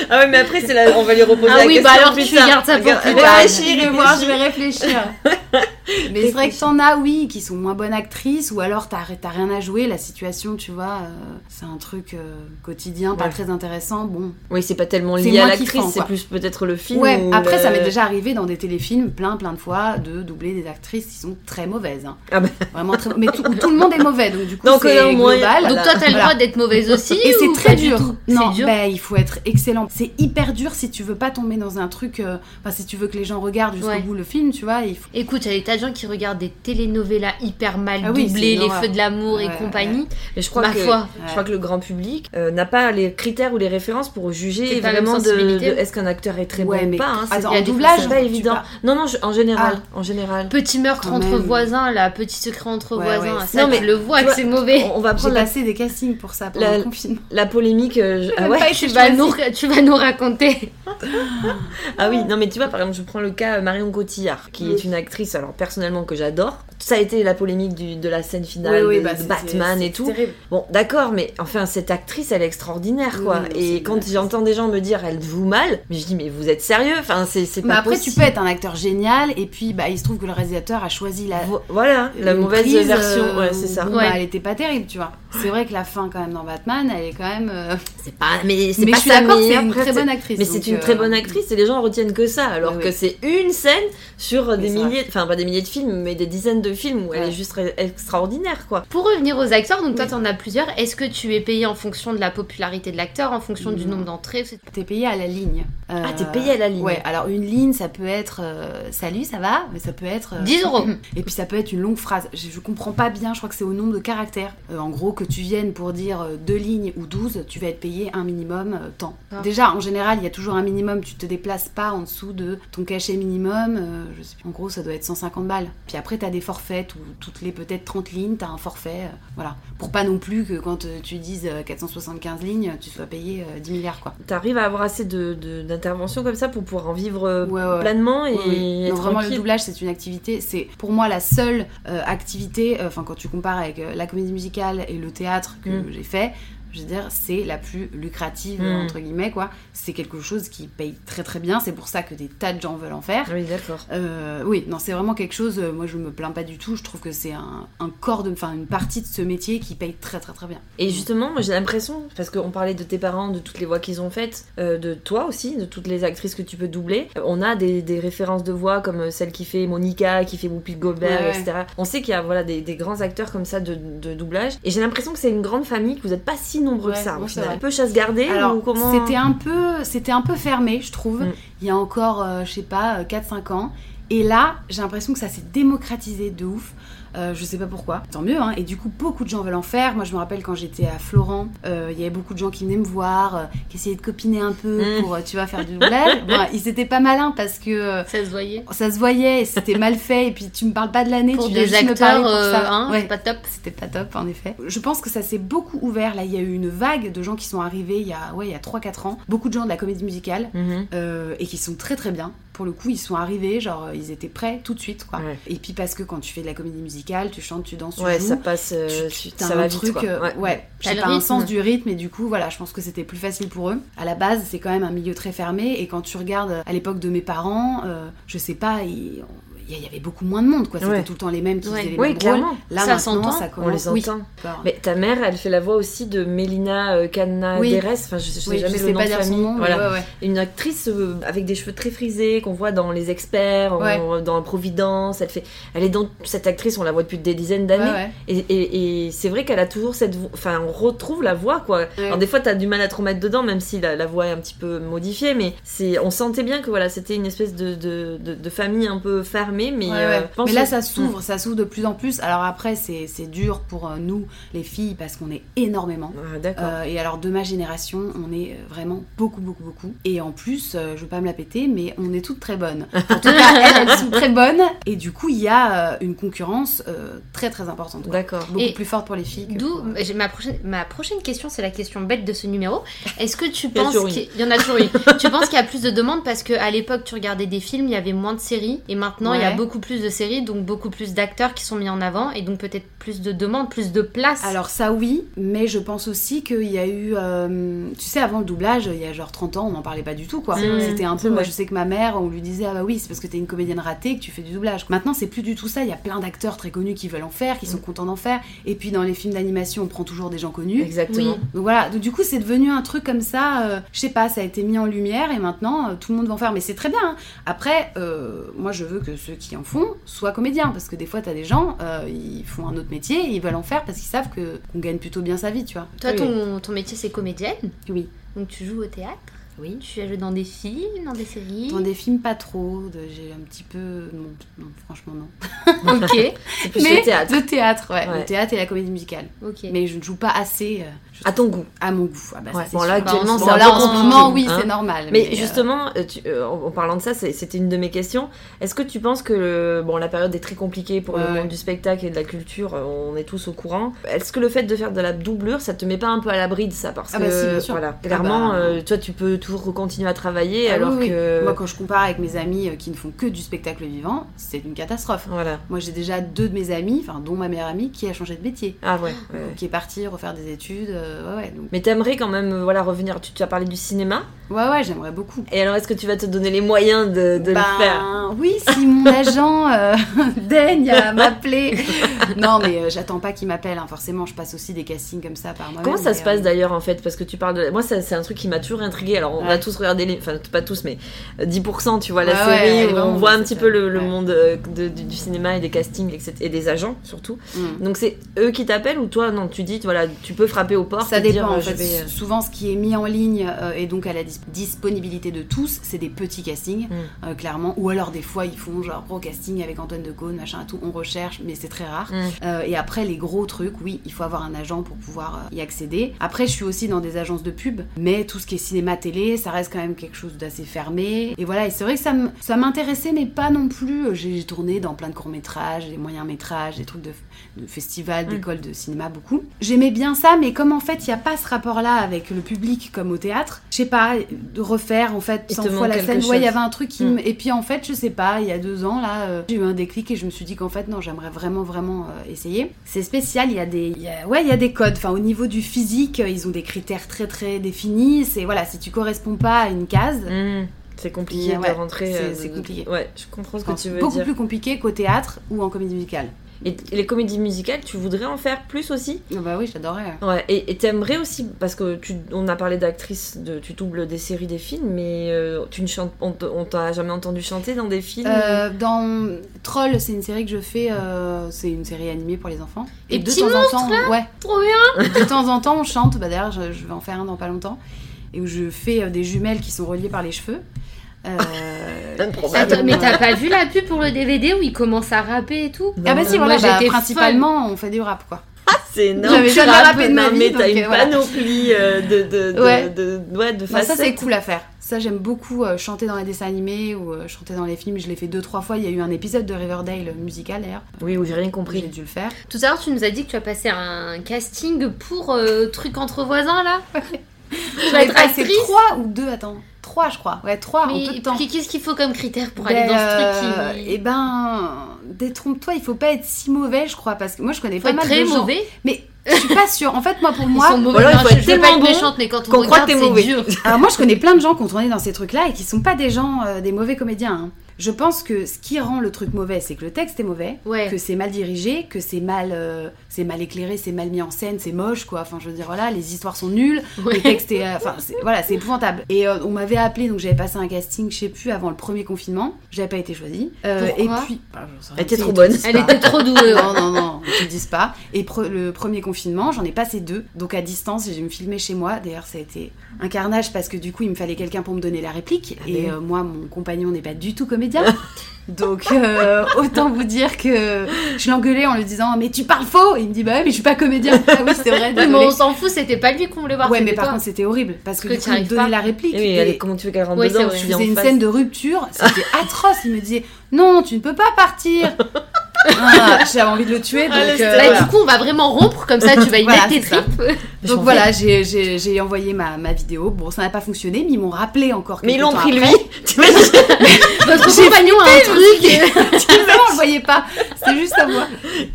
A: Ah ouais, mais après, c'est la... on va lui reposer la
D: Ah oui,
A: question
D: bah alors
A: plus
D: tu
A: tard.
D: gardes ça pour
A: Regarde,
D: plus tard.
A: réfléchis,
E: Je vais
A: réfléchis.
E: voir, je vais réfléchir. Mais c'est vrai que t'en as, oui, qui sont moins bonnes actrices, ou alors t'as t'as rien à jouer, la situation, tu vois, euh, c'est un truc euh, quotidien, pas
A: Ouais.
E: très intéressant, bon.
A: Oui, c'est pas tellement
E: C'est
A: lié à
E: moins
A: l'actrice,
E: kiffant,
A: c'est
E: quoi.
A: plus peut-être le film.
E: ouais,
A: ou
E: après,
A: le-
E: ça m'est déjà arrivé dans des téléfilms, plein, plein de fois, de doubler des actrices qui sont très mauvaises. hein.
A: Ah bah.
E: Vraiment très Mais tout, où tout le monde est mauvais, donc du coup,
A: Donc, euh,
E: c'est
A: au moins,
E: global.
A: Voilà.
D: Donc toi, t'as le
E: Voilà.
D: droit d'être mauvaise aussi
E: Et
D: ou
E: c'est très
D: pas du
E: dur.
D: tout
E: Non,
D: C'est dur.
E: bah, il faut être excellent. C'est hyper dur si tu veux pas tomber dans un truc. euh, Enfin, si tu veux que les gens regardent jusqu'au
D: Ouais.
E: bout le film, tu vois, il faut.
D: Écoute, il y a des tas de gens qui regardent des telenovelas hyper mal
E: Ah oui,
D: doublées,
E: c'est une
D: Les
E: horreur.
D: Feux de l'amour
E: Ouais,
D: et compagnie.
A: Mais je crois
D: Ma
A: que.
D: foi.
A: Je crois que le grand public euh, n'a pas les critères ou les références pour juger
D: C'est pas la
A: vraiment
D: même
A: de,
D: sensibilité.
A: de- est-ce qu'un acteur est très
E: Ouais,
A: bon
E: mais
A: ou pas. hein, c'est-
E: Attends,
D: il
E: Ah.
D: y a
E: en
D: des
E: doublage,
A: c'est pas évident. Non, non, je- en général, en général.
D: Petit meurtre
E: Quand
D: entre
E: même.
D: voisins, là, petit secret entre
E: Ouais,
D: voisins,
E: ouais.
D: ça
A: Non,
D: tu
A: mais-
D: le vois
A: tu
D: que
A: vois,
D: c'est mauvais.
A: On, on va
E: J'ai
A: prendre la,
E: passé des castings pour ça pendant
A: La-
E: le confinement.
A: la polémique. euh, je- Ah
E: Même
A: ouais.
E: pas
D: Tu
E: été
D: vas,
E: choisie.
D: nous, tu vas nous raconter.
A: Ah oui, non mais tu vois, par exemple, je prends le cas euh, Marion Cotillard, qui
E: Mm.
A: est une actrice, alors personnellement que j'adore. Ça a été la polémique du- de la scène finale de,
E: bah,
A: de
E: c'est-
A: Batman
E: c'est-
A: et
E: c'est
A: tout.
E: terrible.
A: Bon, d'accord, mais enfin, cette actrice, elle est extraordinaire,
E: Oui,
A: quoi.
E: non, c'est
A: et
E: une
A: quand
E: actrice.
A: j'entends des gens me dire, elle joue mal, mais je dis, mais vous êtes sérieux Enfin, c'est c'est
E: Mais
A: pas
E: après,
A: possible.
E: tu peux être un acteur génial, et puis bah, il se trouve que le réalisateur a choisi la,
A: Vo- Voilà, la
E: une
A: mauvaise
E: prise,
A: version,
E: euh,
A: ouais, c'est ça.
E: bon, bah,
D: Ouais.
E: elle était pas terrible, tu vois. C'est vrai que la fin, quand même, dans Batman, elle est quand même. euh,
A: C'est pas, mais c'est
E: Mais
A: pas
E: je suis
A: ça,
E: d'accord, c'est
A: meilleure
E: une très
A: presse-
E: bonne actrice.
A: Mais c'est
E: donc,
A: une
E: euh,
A: très bonne actrice et les gens retiennent que ça, alors
E: Oui,
A: que
E: oui.
A: c'est une scène sur des
E: c'est vrai.
A: milliers, enfin pas des milliers de films, mais des dizaines de films où elle
E: Ouais.
A: est juste ré- extraordinaire, quoi.
D: Pour revenir aux acteurs, donc toi, t'en as plusieurs. Est-ce que tu es payé en fonction de la popularité de l'acteur, en fonction du
E: Non.
D: nombre d'entrées c'est-
E: T'es payé à la ligne. Euh,
A: Ah, t'es payé à la ligne.
E: Ouais, alors une ligne, ça peut être euh, Salut, ça va Mais ça peut être. euh,
D: 10 euros.
E: Et puis ça peut être une longue phrase. Je, je comprends pas bien, je crois que c'est au nombre de caractères. Euh, en gros, que tu viennes pour dire euh, deux lignes ou douze, tu vas être payé un minimum euh, temps.
D: Ah.
E: Déjà, en général, il y a toujours un minimum. Tu te déplaces pas en dessous de ton cachet minimum. euh, je sais plus. En gros, ça doit être 150 balles. Puis après, t'as des forfaits où toutes les peut-être 30 lignes, t'as un forfait. euh, voilà. Pour pas non plus que quand euh, tu dises euh, 475 lignes, tu sois payé euh, 10 milliards, quoi.
A: T'arrives à avoir assez de- de- d'interventions comme ça pour pouvoir en vivre euh,
E: Ouais, ouais, ouais.
A: pleinement et
E: Oui, oui.
A: être
E: Non, vraiment le
A: tranquille.
E: doublage c'est une activité c'est pour moi la seule euh, activité euh, enfin quand tu compares avec euh, la comédie musicale et le théâtre que
A: Mm.
E: j'ai fait je veux dire c'est la plus lucrative euh,
A: Mm.
E: entre guillemets quoi c'est quelque chose qui paye très très bien c'est pour ça que des tas de gens veulent en faire
A: Oui, d'accord.
E: Euh, oui, non, c'est vraiment quelque chose. euh, moi, je me plains pas du tout. Je trouve que c'est un, un corps, de- enfin une partie de ce métier qui paye très très très bien.
A: Et justement, moi, j'ai l'impression, parce qu'on parlait de tes parents, de toutes les voix qu'ils ont faites, euh, de toi aussi, de toutes les actrices que tu peux doubler, euh, on a des, des références de voix comme euh, celle qui fait Monica, qui fait Whoopi Goldberg,
E: Ouais, ouais.
A: etc. On sait qu'il y a voilà, des, des grands acteurs comme ça de, de doublage. Et j'ai l'impression que c'est une grande famille, que vous n'êtes pas si si nombreux que
E: Ouais,
A: ça
E: non,
A: au
E: c'est
A: final.
E: vrai.
A: Un peu chasse gardée
E: Alors,
A: ou comment
E: c'était un peu c'était un peu fermé, je trouve,
A: Mm.
E: il y a encore euh, je sais pas euh, 4 5 ans et là, j'ai l'impression que ça s'est démocratisé de ouf. Euh, je sais pas pourquoi, tant mieux. hein. Et du coup, beaucoup de gens veulent en faire. Moi, je me rappelle quand j'étais à Florent, euh, il y avait beaucoup de gens qui venaient me voir, euh, qui essayaient de copiner un peu
A: Mm.
E: pour, euh, tu vois, faire du doublage. bon, ils étaient pas malins parce que euh,
D: Ça se voyait.
E: ça se voyait, et c'était mal fait. Et puis, tu me parles pas de l'année,
D: Pour
E: tu viens
D: des
E: juste me parler
D: acteurs,
E: pour
D: euh,
E: ça.
D: hein,
E: Ouais.
D: c'est pas top.
E: C'était pas top en effet. Je pense que ça s'est beaucoup ouvert. Là, il y a eu une vague de gens qui sont arrivés il y a, ouais, il y a 3-4 ans. Beaucoup de gens de la comédie musicale
A: Mhm.
E: euh, et qui sont très très bien. Pour le coup, ils sont arrivés, genre euh, ils étaient prêts tout de suite quoi.
A: Ouais.
E: Et puis parce que quand tu fais de la comédie musicale, tu chantes, tu danses, tu
A: Ouais,
E: joues.
A: ça passe. euh,
E: tu-
A: tu-
E: tu- t'as
A: ça
E: un
A: va
E: truc,
A: vite. Quoi.
E: euh,
A: Ouais.
E: ouais,
D: T'as
E: j'ai
D: le
E: pas un
D: rythme.
E: sens du rythme et du coup, voilà, je pense que c'était plus facile pour eux. À la base, c'est quand même un milieu très fermé et quand tu regardes euh, à l'époque de mes parents, euh, je sais pas, il il y avait beaucoup moins de monde quoi. C'était
A: Ouais.
E: tout le temps les mêmes qui
D: Ouais.
E: faisaient les
A: Oui,
E: mêmes rôles.
A: clairement.
E: Là
D: Ça
E: maintenant,
D: s'entend,
E: ça
A: On les
E: commence. Oui.
A: entend.
E: D'accord.
A: Mais ta mère, elle fait la voix aussi de Mélina euh, Canna
E: Oui.
A: Deres. Enfin, je, je sais
E: Oui,
A: jamais
E: je
A: le
E: sais
A: nom
E: pas
A: de
E: dire
A: famille.
E: son nom, mais
A: Voilà.
E: ouais, ouais.
A: Une actrice euh, avec des cheveux très frisés qu'on voit dans Les Experts, en-
E: Ouais.
A: dans Providence. Elle fait. Elle est dans cette actrice, on la voit depuis des dizaines d'années.
E: Ouais, ouais.
A: Et, et- et c'est vrai qu'elle a toujours cette voix. Enfin, on retrouve la voix, quoi. Alors, des fois, t'as du mal à te remettre dedans, même si la, la voix est un petit peu modifiée. Mais c'est, on sentait bien que voilà, c'était une espèce de, de, de- de famille un peu fermée. Mais, euh,
E: Ouais, ouais. Mm.
A: je pense
E: Mais là,
A: que-
E: ça s'ouvre, ça s'ouvre de plus en plus. Alors après, c'est c'est dur pour euh, nous, les filles, parce qu'on est énormément.
A: Ah, d'accord.
E: Euh, et alors, de ma génération, on est euh, vraiment beaucoup, beaucoup, beaucoup. Et en plus, euh, je veux pas me la péter, mais on est toutes très bonnes. En tout cas, elles, elles sont très bonnes. Et du coup, il y a euh, une concurrence euh, très, très importante. quoi.
A: D'accord.
E: Beaucoup
D: Et
E: plus forte pour les filles. que
D: D'où
E: pour, euh,
D: j'ai- ma prochaine, ma prochaine question, c'est la question bête de ce numéro. Est-ce que tu
A: y en a
D: penses
A: toujours
D: qu'il y en a toujours une Tu penses qu'il y a plus de demandes parce que à l'époque tu regardais des films, il y avait moins de séries et maintenant il y a
E: Ouais.
D: beaucoup plus de séries, donc beaucoup plus d'acteurs qui sont mis en avant et donc peut-être plus de demandes, plus de place.
E: Alors ça oui, mais je pense aussi qu'il y a eu, euh, tu sais, avant le doublage, il y a genre 30 ans, on n'en parlait pas du tout, quoi.
A: C'est vrai.
E: C'était un
A: C'est
E: peu, moi
A: vrai.
E: je sais que ma mère, on lui disait, ah bah oui, c'est parce que t'es une comédienne ratée que tu fais du doublage. Maintenant, c'est plus du tout ça, il y a plein d'acteurs très connus qui veulent en faire, qui
A: Mm.
E: sont contents d'en faire, et puis dans les films d'animation, on prend toujours des gens connus.
A: Exactement.
D: Oui.
E: Donc voilà, donc du coup c'est devenu un truc comme ça, euh, je sais pas, ça a été mis en lumière et maintenant euh, tout le monde va en faire, mais c'est très bien. hein. Après, euh, moi je veux que ceux qui en font soient comédiens, parce que des fois t'as des gens, euh, ils font un autre métier et ils veulent en faire parce qu'ils savent que qu'on gagne plutôt bien sa vie, tu vois.
D: Toi,
A: oui.
D: ton, ton métier c'est comédienne,
E: Oui.
D: donc tu joues au théâtre. Oui. Tu as joué dans des films, dans des séries.
E: Dans des films pas trop, de- j'ai un petit peu... Non, non, franchement non.
D: Ok,
A: C'est plus
E: Mais
A: le théâtre.
E: Le théâtre, ouais.
A: Ouais.
E: Le théâtre et la comédie musicale.
D: ok.
E: Mais je ne joue pas assez euh, je-
A: À ton goût.
E: à mon goût. Ah bah,
A: Ah.
E: ça,
A: Ouais.
E: c'est
A: Bon, là,
E: sûr.
A: actuellement,
E: Bon,
A: c'est un
E: là,
A: peu
E: en ce
A: compliqué,
E: moment, oui,
A: hein.
E: c'est normal.
A: Mais,
E: euh,
A: justement, euh, tu- euh, en en parlant de ça, c'est- c'était une de mes questions. Est-ce que tu penses que le- bon, la période est très compliquée pour le
E: Ouais.
A: monde du spectacle et de la culture euh, On est tous au courant. Est-ce que le fait de faire de la doublure, ça te met pas un peu à l'abri de ça Parce
E: Ah
A: que
E: bah si, bien sûr.
A: voilà,
E: Ah
A: clairement,
E: bah-
A: euh, toi, tu peux toujours continuer à travailler
E: Ah
A: alors
E: oui, oui.
A: que
E: Moi, quand je compare avec mes amis euh, qui ne font que du spectacle vivant, c'est une catastrophe.
A: voilà.
E: Moi, j'ai déjà deux de mes amis, enfin, dont ma meilleure amie, qui a changé de métier,
A: Ah ouais. ouais, ouais.
E: qui est partie refaire des études. euh, ouais, ouais. donc-
A: Mais t'aimerais quand même euh, voilà revenir. Tu, tu as parlé du cinéma.
E: Ouais, ouais, j'aimerais beaucoup.
A: Et alors, est-ce que tu vas te donner les moyens de, de
E: Ben,
A: le faire
E: Oui, si mon agent euh, daigne à m'appeler. non, mais euh, j'attends pas qu'il m'appelle. hein. Forcément, je passe aussi des castings comme ça par euh, moi.
A: Comment ça se passe d'ailleurs en fait Parce que tu parles de. Moi, ça, c'est un truc qui m'a toujours intrigué. Alors, on
E: Ouais.
A: a tous regardé les. Enfin, pas tous, mais euh, 10%, tu vois, la
E: Ouais, ouais,
A: série,
E: elle
A: où on
E: est vraiment
A: voit un
E: bien,
A: petit
E: cette
A: peu
E: série.
A: le, le
E: Ouais.
A: monde euh, de- du, du cinéma et des castings etc., et des agents surtout.
E: hmm.
A: Donc, c'est eux qui t'appellent ou toi, non, tu dis, voilà, tu peux frapper aux portes
E: Ça
A: et
E: dépend
A: dire,
E: en
A: je
E: fait.
A: vais, euh,
E: Souvent, ce qui est mis en ligne euh, et donc à la dis- disponibilité de tous, c'est des petits castings,
A: Mm.
E: euh, clairement. Ou alors, des fois, ils font genre gros casting avec Antoine de Gaulle, machin, tout. On recherche, mais c'est très rare.
A: Mm.
E: Euh, et après, les gros trucs, oui, il faut avoir un agent pour pouvoir euh, y accéder. Après, je suis aussi dans des agences de pub, mais tout ce qui est cinéma-télé, ça reste quand même quelque chose d'assez fermé. Et voilà, et c'est vrai que ça m- ça m'intéressait, mais pas non plus. Euh, J'ai j'ai tourné dans plein de courts-métrages, des moyens-métrages, des trucs de de festivals,
A: Mm.
E: d'écoles de cinéma, beaucoup. J'aimais bien ça, mais comme en fait, il n'y a pas ce rapport-là avec le public comme au théâtre, je sais pas, de refaire en fait
A: Il
E: 100
A: te
E: fois
A: manque
E: la
A: quelque
E: scène. Ouais, il
A: chose.
E: y avait un truc qui
A: Mm.
E: me... Et puis en fait, je sais pas, il y a deux ans, là, euh, j'ai eu un déclic et je me suis dit qu'en fait, non, j'aimerais vraiment, vraiment euh, essayer. C'est spécial, il y a des... il y a- Ouais, il y a des codes. Enfin, au niveau du physique, euh, ils ont des critères très, très définis. C'est, voilà, si tu corresponds pas à une case...
A: hmm, c'est compliqué
E: Ouais,
A: de rentrer.
E: c'est-
A: euh,
E: c'est
A: de-
E: compliqué.
A: Ouais, je comprends ce
E: je
A: que
E: pense,
A: tu veux
E: beaucoup
A: dire.
E: plus compliqué qu'au théâtre ou en comédie musicale.
A: Et les comédies musicales, tu voudrais en faire plus aussi
E: Ah bah oui, j'adorais.
A: Ouais, et et t'aimerais aussi, parce que tu, on a parlé d'actrice, de, tu doubles des séries, des films, mais euh, tu ne chantes, on te- on t'a jamais entendu chanter dans des films
E: Euh, dans Troll, c'est une série que je fais. euh, c'est une série animée pour les enfants.
D: Les
E: de
D: petits
E: temps en temps, ouais,
D: Trop bien
E: de temps en temps, on chante. Bah d'ailleurs, je, je vais en faire un dans pas longtemps, et où je fais euh, des jumelles qui sont reliées par les cheveux. Euh,
D: Attends, mais t'as pas vu la pub pour le DVD où il commence à rapper et tout
E: ah bah si,
D: Euh,
E: voilà,
D: moi,
E: bah,
D: j'étais Bah,
E: principalement, on fait du rap quoi.
A: C'est énorme.
E: J'avais
A: Tu
E: jamais
A: rappes,
E: rappé de ma
A: non,
E: vie,
A: Mais t'as
E: donc,
A: une
E: euh, voilà.
A: panoplie euh, de, de, de,
E: Ouais.
A: de, ouais, de
E: Bah, ça c'est
A: facettes.
E: cool à faire. Ça j'aime beaucoup euh, chanter dans les dessins animés ou euh, chanter dans les films. Je l'ai fait deux trois fois. Il y a eu un épisode de Riverdale euh, musical d'ailleurs.
A: Oui, oui, j'ai rien
E: J'ai
A: compris.
E: dû le faire.
D: Tout à l'heure, tu nous as dit que tu as passé un casting pour euh, Truc entre voisins, là Tu vas
E: J'ai
D: être
E: passé
D: actrice
E: trois ou deux. Attends, trois je crois. Ouais trois en peu
D: Mais
E: de temps.
D: puis qu'est-ce qu'il faut comme critère pour
E: Ben,
D: aller dans
E: euh,
D: ce truc qui...
E: Eh ben, détrompe-toi, il faut pas être si mauvais, je crois, parce que moi je connais
D: faut
E: pas
D: être
E: mal
D: très
E: de gens.
D: mauvais.
E: Mais je suis pas sûre. En fait, moi pour moi,
D: Ils sont mauvais.
A: Voilà, il
D: Non,
A: faut
D: je-
A: être
D: je veux pas
A: tellement
D: être
A: bon
D: méchante, mais quand on
A: qu'on croit
D: regarde,
A: que t'es
D: c'est
A: mauvais.
D: dur.
E: Alors moi, je connais plein de gens qui ont tourné dans ces trucs-là et qui sont pas des gens, euh, des mauvais comédiens. hein. Je pense que ce qui rend le truc mauvais, c'est que le texte est mauvais,
D: Ouais.
E: que c'est mal dirigé, que c'est mal, euh, c'est mal éclairé, c'est mal mis en scène, c'est moche, quoi. Enfin, je veux dire, voilà, les histoires sont nulles, le
D: Ouais.
E: texte est, euh, enfin, c'est- voilà, c'est épouvantable. Et euh, on m'avait appelé, donc j'avais passé un casting, je sais plus, avant le premier confinement. J'avais pas été choisie. Euh, et
D: Pourquoi
E: puis, bah, j'en sais rien,
A: Elle était
E: tu sais,
A: trop
E: ils te
A: bonne.
E: disent
D: Elle
E: pas.
D: était trop douée. hein. ouais.
E: Non, hein, non, non, ne te disent pas. Et pre- le premier confinement, j'en ai passé deux. Donc à distance, j'ai dû me filmer chez moi. D'ailleurs, ça a été un carnage parce que du coup, il me fallait quelqu'un pour me donner la réplique.
A: Ah
E: et
A: ben.
E: euh, moi, mon compagnon n'est pas du tout comédien. Donc euh, autant vous dire que je l'engueulais en lui disant Mais tu parles faux Et il me dit Bah ouais, mais je suis pas comédien. Ah oui, c'est vrai,
D: Oui, mais
E: désolé.
D: on s'en fout, c'était pas lui qu'on voulait voir.
E: Ouais,
D: c'était
E: mais par
D: toi.
E: contre, c'était horrible parce que,
D: que
E: du
D: t'y
E: coup, il me
D: arrives
E: donnait
D: pas.
E: la réplique.
A: Eh oui,
E: et-
A: elle- comment tu veux qu'elle rentre
D: Ouais,
A: dedans
D: c'est
A: Je
D: vrai.
A: suis en
E: c'est une
A: face.
E: scène de rupture, c'était atroce. Il me disait non, tu ne peux pas partir. Ah, J'avais envie de le tuer, donc
A: Allez, c'était
E: euh,
D: Bah,
E: voilà.
D: du coup, on va vraiment rompre, comme ça tu vas y
E: Voilà,
D: mettre tes
E: c'est ça.
D: tripes.
A: Mais j'en
E: donc
A: fais.
E: voilà, j'ai- j'ai j'ai envoyé ma, ma vidéo. Bon, ça n'a pas fonctionné, mais ils m'ont rappelé encore.
A: Mais ils
E: quelques
A: l'ont
E: temps
A: pris lui.
E: après.
A: T'imagines
D: Votre compagnon a un truc.
E: Non, on le voyait pas. C'était juste à moi.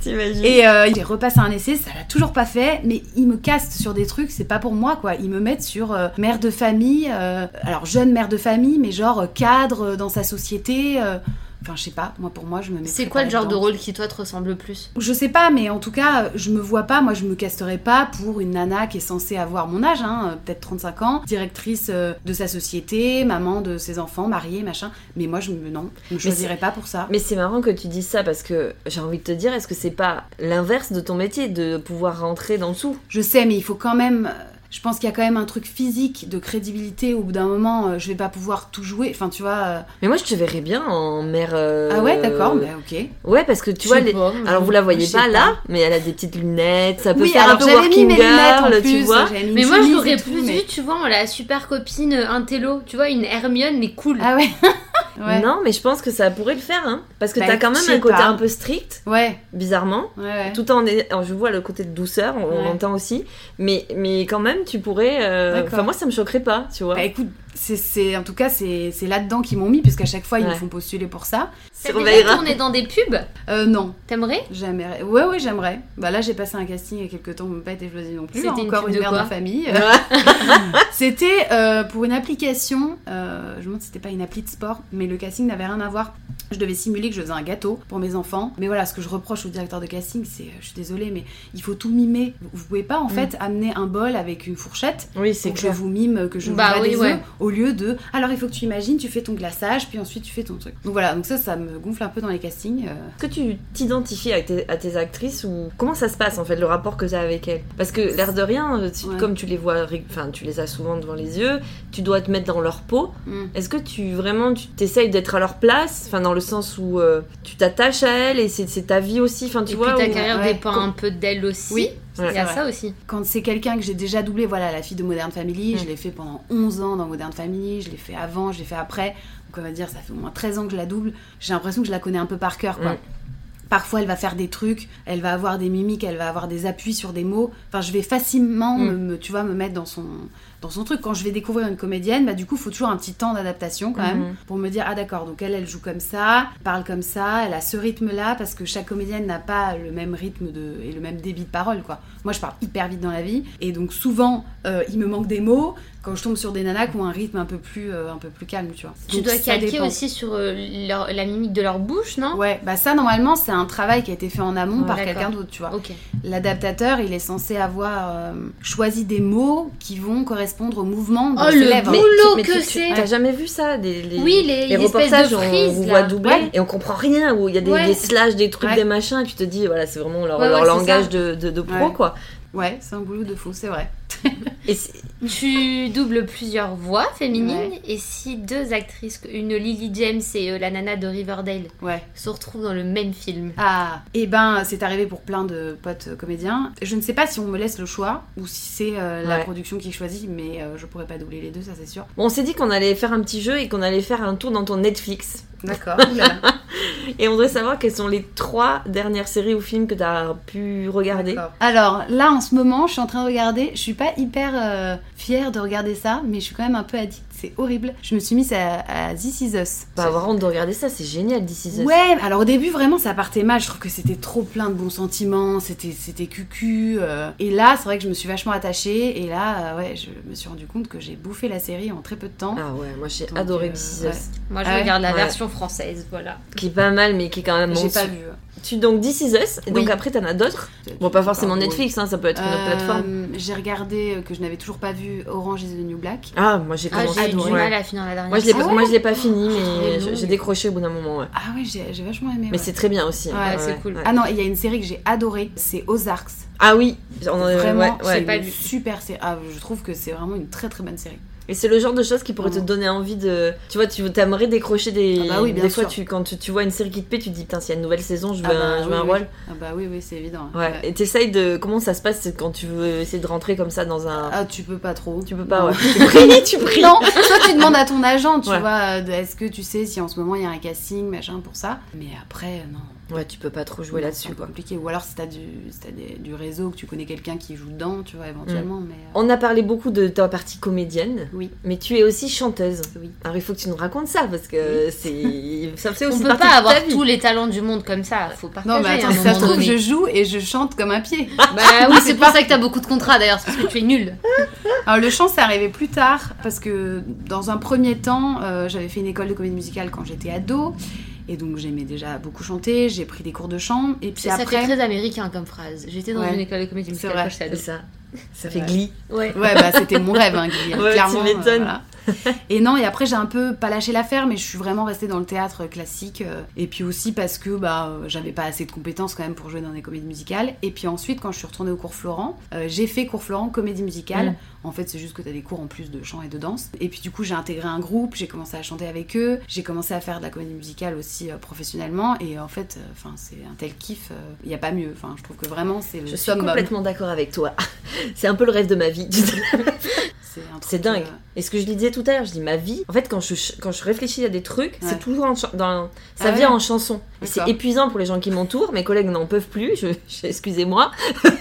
A: T'imagines
E: Et euh, j'ai repassé un essai, ça l'a toujours pas fait, mais ils me castent sur des trucs, c'est pas pour moi quoi. Ils me mettent sur euh, mère de famille, euh, alors jeune mère de famille, mais genre euh, cadre euh, dans sa société. euh, Enfin, je sais pas, moi pour moi, je me mets.
D: C'est quoi le genre de rôle qui toi te ressemble le plus
E: Je sais pas, mais en tout cas, je me vois pas, moi je me casterai pas pour une nana qui est censée avoir mon âge, hein, euh, peut-être 35 ans, directrice euh, de sa société, maman de ses enfants, mariée, machin. Mais moi, je me, non, je me choisirais pas pour ça.
A: Mais c'est marrant que tu dises ça parce que j'ai envie de te dire, est-ce que c'est pas l'inverse de ton métier de pouvoir rentrer dans le sou
E: Je sais, mais il faut quand même. euh, Je pense qu'il y a quand même un truc physique de crédibilité. Au bout d'un moment, euh, je vais pas pouvoir tout jouer. Enfin, tu vois. euh,
A: Mais moi je te verrais bien en mère. euh,
E: Ah ouais, d'accord, bah, ok.
A: Ouais, parce que tu vois, les- alors vous la voyez
E: Je sais
A: pas,
E: pas.
A: là, mais elle a des petites lunettes, ça peut
E: oui,
A: faire un
E: alors
A: peu
E: j'avais mis
A: working
E: mes lunettes en
A: girl,
E: plus.
A: tu vois.
E: j'avais mis une
D: Mais moi, je
E: chemise
D: l'aurais
E: et tout,
D: plus
E: mais-
D: vu, tu vois, en la super copine euh, intello, tu vois, une Hermione, mais cool.
E: Ah ouais. ouais.
A: Non, mais je pense que ça pourrait le faire, hein. Parce que
E: Bah,
A: t'as quand
E: je
A: même
E: sais
A: un côté
E: pas.
A: un peu strict,
E: Ouais,
A: bizarrement.
E: ouais, ouais.
A: Tout en est- alors, je vois le côté de douceur, on, on
E: Ouais.
A: l'entend aussi, mais mais quand même tu pourrais. euh,
E: D'accord.
A: Enfin moi ça me choquerait pas, tu
D: Hein
A: vois.
E: Bah écoute, c'est- c'est en tout cas c'est c'est là-dedans qu'ils m'ont mis puisqu'à chaque fois ils me
A: Ouais.
E: font postuler pour ça.
D: T'as déjà
A: Surveillera.
D: tourné dans des pubs
E: Euh non,
D: T'aimerais
E: j'aimerais. Ouais ouais j'aimerais. Bah là j'ai passé un casting il y a quelques temps, on m'a pas été choisie non plus. hein.
D: C'était une
E: Encore
D: pub
E: une
D: de
E: mère
D: quoi
E: de famille. C'était euh, pour une application. euh, je me demande si c'était pas une appli de sport, mais le casting n'avait rien à voir. Je devais simuler que je faisais un gâteau pour mes enfants. Mais voilà, ce que je reproche au directeur de casting, c'est, euh, je suis désolée, mais il faut tout mimer. Vous vous pouvez pas
D: Mm.
E: en fait amener un bol avec une fourchette
A: Oui c'est
E: Donc je
A: clair.
E: vous mime que je
D: Bah
E: vous bats
D: oui,
E: des œufs,
D: ouais.
E: au lieu de alors il faut que tu imagines tu fais ton glaçage puis ensuite tu fais ton truc donc voilà donc ça ça me gonfle un peu dans les castings euh.
A: Est-ce que tu t'identifies à tes, à tes actrices ou comment ça se passe en fait le rapport que tu as avec elles Parce que l'air de rien, euh, tu-
E: Ouais.
A: comme tu les vois, ré- enfin tu les as souvent devant les yeux, tu dois te mettre dans leur peau.
E: Mm.
A: Est-ce que tu vraiment tu t'essayes d'être à leur place, enfin dans le sens où euh, tu t'attaches à elles et c'est c'est ta vie aussi, enfin tu
D: Et puis
A: vois.
D: ta
A: ou-
D: carrière
E: ouais.
D: dépend un peu d'elle aussi.
E: Oui,
D: il y
E: c'est
D: a
E: vrai.
D: ça aussi.
E: quand c'est quelqu'un que j'ai déjà doublé voilà la fille de Modern Family je
A: Mm.
E: l'ai fait pendant 11 ans dans Modern Family je l'ai fait avant je l'ai fait après donc on va dire ça fait au moins 13 ans que je la double j'ai l'impression que je la connais un peu par cœur quoi
A: Mm.
E: Parfois, elle va faire des trucs, elle va avoir des mimiques, elle va avoir des appuis sur des mots. Enfin, je vais facilement,
A: Mm.
E: me- me- tu vois, me mettre dans son, dans son truc. Quand je vais découvrir une comédienne, bah du coup, faut toujours un petit temps d'adaptation quand même
A: Mhm.
E: pour me dire ah d'accord, donc elle elle joue comme ça, parle comme ça, elle a ce rythme là parce que chaque comédienne n'a pas le même rythme de et le même débit de parole quoi. Moi, je parle hyper vite dans la vie et donc souvent euh, il me manque des mots quand je tombe sur des nanas qui ont un rythme un peu plus euh, un peu plus calme, tu vois.
D: Tu
E: Donc,
D: dois
E: ça
D: calquer
E: dépend.
D: aussi sur euh, leur- la mimique de leur bouche, non
E: Ouais, bah ça normalement c'est un travail qui a été fait en amont
D: Ouais,
E: par
D: d'accord.
E: quelqu'un d'autre, tu vois.
D: Ok.
E: L'adaptateur, il est censé avoir euh, choisi des mots qui vont correspondre au mouvement de
D: Oh,
E: ses
D: le
E: lèvres.
D: boule- Boulot
A: tu-
D: que
A: tu-
D: c'est.
A: T'as jamais vu ça des, les-
D: Oui, les,
A: les
D: une espèce
A: reportages
D: de
A: on-
D: frise,
A: on,
D: là.
A: voit doublé
E: Ouais.
A: et on comprend rien où il y a des,
D: Ouais.
A: des slash des trucs
E: Ouais.
A: des machins et tu te dis voilà c'est vraiment leur,
D: Ouais,
A: leur
D: ouais, c'est
A: langage
D: ça.
A: de, de, de pro
E: Ouais.
A: quoi
E: Ouais, c'est un boulot de fou, c'est vrai.
A: et c'est-
D: Tu doubles plusieurs voix féminines
E: Ouais.
D: et si deux actrices, une Lily James et euh, la nana de Riverdale,
E: Ouais.
D: se retrouvent dans le même film.
E: Ah, et ben c'est arrivé pour plein de potes euh, comédiens. Je ne sais pas si on me laisse le choix ou si c'est euh, la
A: Ouais.
E: production qui choisit, mais euh, je pourrais pas doubler les deux, ça c'est sûr.
A: bon, on s'est dit qu'on allait faire un petit jeu et qu'on allait faire un tour dans ton Netflix
E: D'accord.
A: et on voudrait savoir quelles sont les trois dernières séries ou films que t'as pu regarder
E: Alors là, en ce moment, je suis en train de regarder. Je suis pas hyper euh, fière de regarder ça, mais je suis quand même un peu addict. C'est horrible. Je me suis mise à, à This Is Us.
A: bah avoir honte de regarder ça c'est génial d'ici
E: Ouais, alors au début vraiment ça partait mal, je trouve que c'était trop plein de bons sentiments, c'était c'était cucu. euh. Et là, c'est vrai que je me suis vachement attachée et là euh, ouais, je me suis rendu compte que j'ai bouffé la série en très peu de temps.
A: ah ouais moi j'ai
E: Donc,
A: adoré
E: euh,
A: This Is
E: ouais.
A: Us,
D: Moi, je
E: Ah ouais
D: regarde la
A: Ouais.
D: version française, voilà.
A: qui est pas mal mais qui est quand même
E: j'ai
A: monstrueux.
E: pas vu. hein.
A: tu donc This Is Us et donc
E: Oui.
A: après t'en as d'autres bon pas forcément
E: Pardon.
A: Netflix hein, ça peut être une autre
E: Euh,
A: plateforme
E: J'ai regardé euh, que je n'avais toujours pas vu Orange is the New Black.
A: ah moi j'ai
D: Ah,
A: commencé
D: j'ai eu
A: ouais.
D: du mal à finir la dernière.
A: Moi je l'ai
E: Ah
A: pas,
E: ouais
A: moi je l'ai pas fini mais
D: l'ai
A: je-
D: longue.
A: j'ai décroché au bout d'un moment ouais.
E: Ah ouais, j'ai j'ai vachement aimé.
A: Mais
E: ouais.
A: c'est très bien aussi. hein.
E: Ouais,
D: c'est cool.
E: Ah non, et il y a une série que j'ai adorée, c'est Ozarks.
A: Ah oui, on en-
E: Vraiment,
A: ouais, ouais.
E: c'est
D: pas
E: une
D: vu.
E: super série. Ah, je trouve que c'est vraiment une très très bonne série.
A: Et c'est le genre de choses qui pourrait te
E: Vraiment.
A: donner envie de. Tu vois, tu aimerais décrocher des.
E: Ah bah oui, bien
A: des fois,
E: sûr.
A: tu, quand tu, tu vois une série qui te plaît, tu te dis putain, s'il y a une nouvelle saison, je veux,
E: Ah bah
A: un, je veux
E: oui,
A: un
E: oui.
A: rôle.
E: Ah bah oui, oui, c'est évident.
A: Ouais.
E: Ouais.
A: Et t'essayes de. Comment ça se passe quand tu veux essayer de rentrer comme ça dans un.
E: Ah, tu peux pas trop. Ah
A: Tu peux pas, ouais. tu pries, tu pries.
E: Non, soit tu demandes à ton agent, tu
A: Ouais.
E: vois, euh, de- est-ce que tu sais si en ce moment il y a un casting, machin pour ça. Mais après, euh, non.
A: Ouais, tu peux pas trop jouer
E: Non, c'est un
A: là-dessus
E: peu
A: quoi.
E: compliqué. Ou alors si t'as du, si t'as des- du réseau, que tu connais quelqu'un qui joue dedans, tu vois, éventuellement.
A: Mm.
E: Mais euh,
A: On a parlé beaucoup de ta partie comédienne,
E: oui,
A: mais tu es aussi chanteuse.
E: oui.
A: Alors il faut que tu nous racontes ça parce que c'est. Ça fait
D: On
A: aussi
D: peut
A: partie de
D: pas
A: ta
D: avoir
A: vie.
D: tous les talents du monde comme ça, faut partager hein,
E: Non, mais
D: à un
E: attends, si ça
D: moment
E: se trouve,
D: donné.
E: je joue et je chante comme un pied.
D: Bah oui, c'est pour ça que t'as beaucoup de contrats d'ailleurs, c'est parce que tu es nul.
E: Alors le chant, c'est arrivé plus tard parce que dans un premier temps, euh, j'avais fait une école de comédie musicale quand j'étais ado. Et donc j'aimais déjà beaucoup chanter, j'ai pris des cours de chant. Et puis
D: Ça fait
E: après...
D: très américain comme phrase. J'étais dans
E: Ouais.
D: une école de comédie musicale
E: vrai.
D: quand j'étais
A: C'est
D: ado.
A: ça. Ça
E: C'est
A: fait
E: vrai.
A: glee.
D: Ouais.
E: Ouais, bah c'était mon rêve, hein, Guy, hein,
A: Ouais, tu
E: clairement.
A: m'étonnes.
E: voilà. Et non, et après j'ai un peu pas lâché l'affaire, mais je suis vraiment restée dans le théâtre classique. euh, et puis aussi parce que bah euh, j'avais pas assez de compétences quand même pour jouer dans des comédies musicales. Et puis ensuite, quand je suis retournée au cours Florent, euh, j'ai fait cours Florent comédie musicale.
D: Mm.
E: En fait, c'est juste que t'as des cours en plus de chant et de danse. Et puis du coup, j'ai intégré un groupe, j'ai commencé à chanter avec eux, j'ai commencé à faire de la comédie musicale aussi euh, professionnellement. Et en fait, euh, enfin c'est un tel kiff, euh, il y a pas mieux. Enfin, je trouve que vraiment c'est le
A: Je suis
E: summum.
A: complètement d'accord avec toi. C'est un peu le rêve de ma vie.
E: C'est un truc,
A: C'est dingue.
E: euh,
A: Et ce que je disais tout à l'heure, je dis ma vie. En fait, quand je, quand je réfléchis à des trucs, c'est
E: Ouais.
A: toujours en chan- dans, ça
E: Ah
A: vient
E: ouais
A: en chanson. Et C'est
E: D'accord.
A: épuisant pour les gens qui m'entourent. Mes collègues n'en peuvent plus. Je, je- excusez-moi.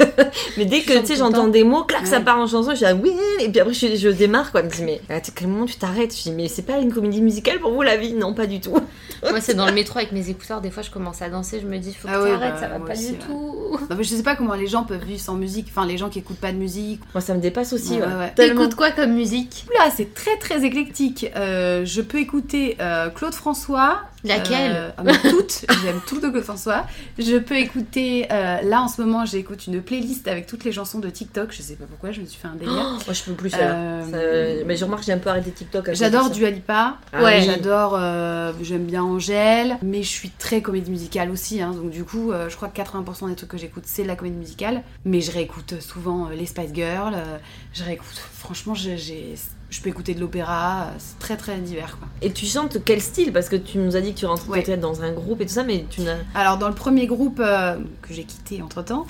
A: mais dès
E: Tu
A: que
E: chantes
A: tu sais,
E: tout le
A: j'entends
E: temps.
A: des mots, clac, ça
E: Ouais.
A: part en chanson. Je suis là, oui. Et puis après, je, je démarre quoi. Je me dis, mais à quel moment tu t'arrêtes Je dis, mais c'est pas une comédie musicale pour vous la vie Non, pas du tout.
D: Moi, c'est dans le métro avec mes écouteurs, des fois je commence à danser, je me dis faut que
E: Ah ouais,
D: t'arrêtes,
E: bah,
D: ça va
E: moi
D: pas
E: aussi,
D: du
E: ouais.
D: tout.
E: Non, Bah, mais je sais pas comment les gens peuvent vivre sans musique, enfin les gens qui écoutent pas de musique.
A: Moi, ça me dépasse aussi.
E: Ouais,
A: ouais.
E: ouais, ouais.
A: Tellement.
D: T'écoutes quoi comme musique
E: Oula, c'est très très éclectique. Euh, je peux écouter euh, Claude François.
D: Laquelle
E: Euh, ah, mais Toutes, j'aime tout de Claude François. Je peux écouter, euh, là en ce moment j'écoute une playlist avec toutes les chansons de TikTok, je sais pas pourquoi, je me suis fait un délire.
A: Oh, moi, je peux plus ça.
E: Euh,
A: Ça- mais je remarque, j'ai un peu arrêté TikTok. à cause de
E: J'adore
A: ça.
E: Dua Lipa,
A: Ah
E: ouais,
A: oui.
E: j'adore, euh, j'aime bien Angèle, mais je suis très comédie musicale aussi, hein, donc du coup euh, je crois que 80% des trucs que j'écoute c'est de la comédie musicale, mais je réécoute souvent euh, les Spice Girls, euh, je réécoute, franchement je- j'ai- je, je peux écouter de l'opéra, euh, c'est très très divers quoi.
A: Et tu chantes quel style Parce que tu nous as dit que tu rentrais
E: Ouais.
A: peut-être dans un groupe et tout ça, mais tu n'as.
E: Euh, Alors dans le premier groupe euh, que j'ai quitté entre temps,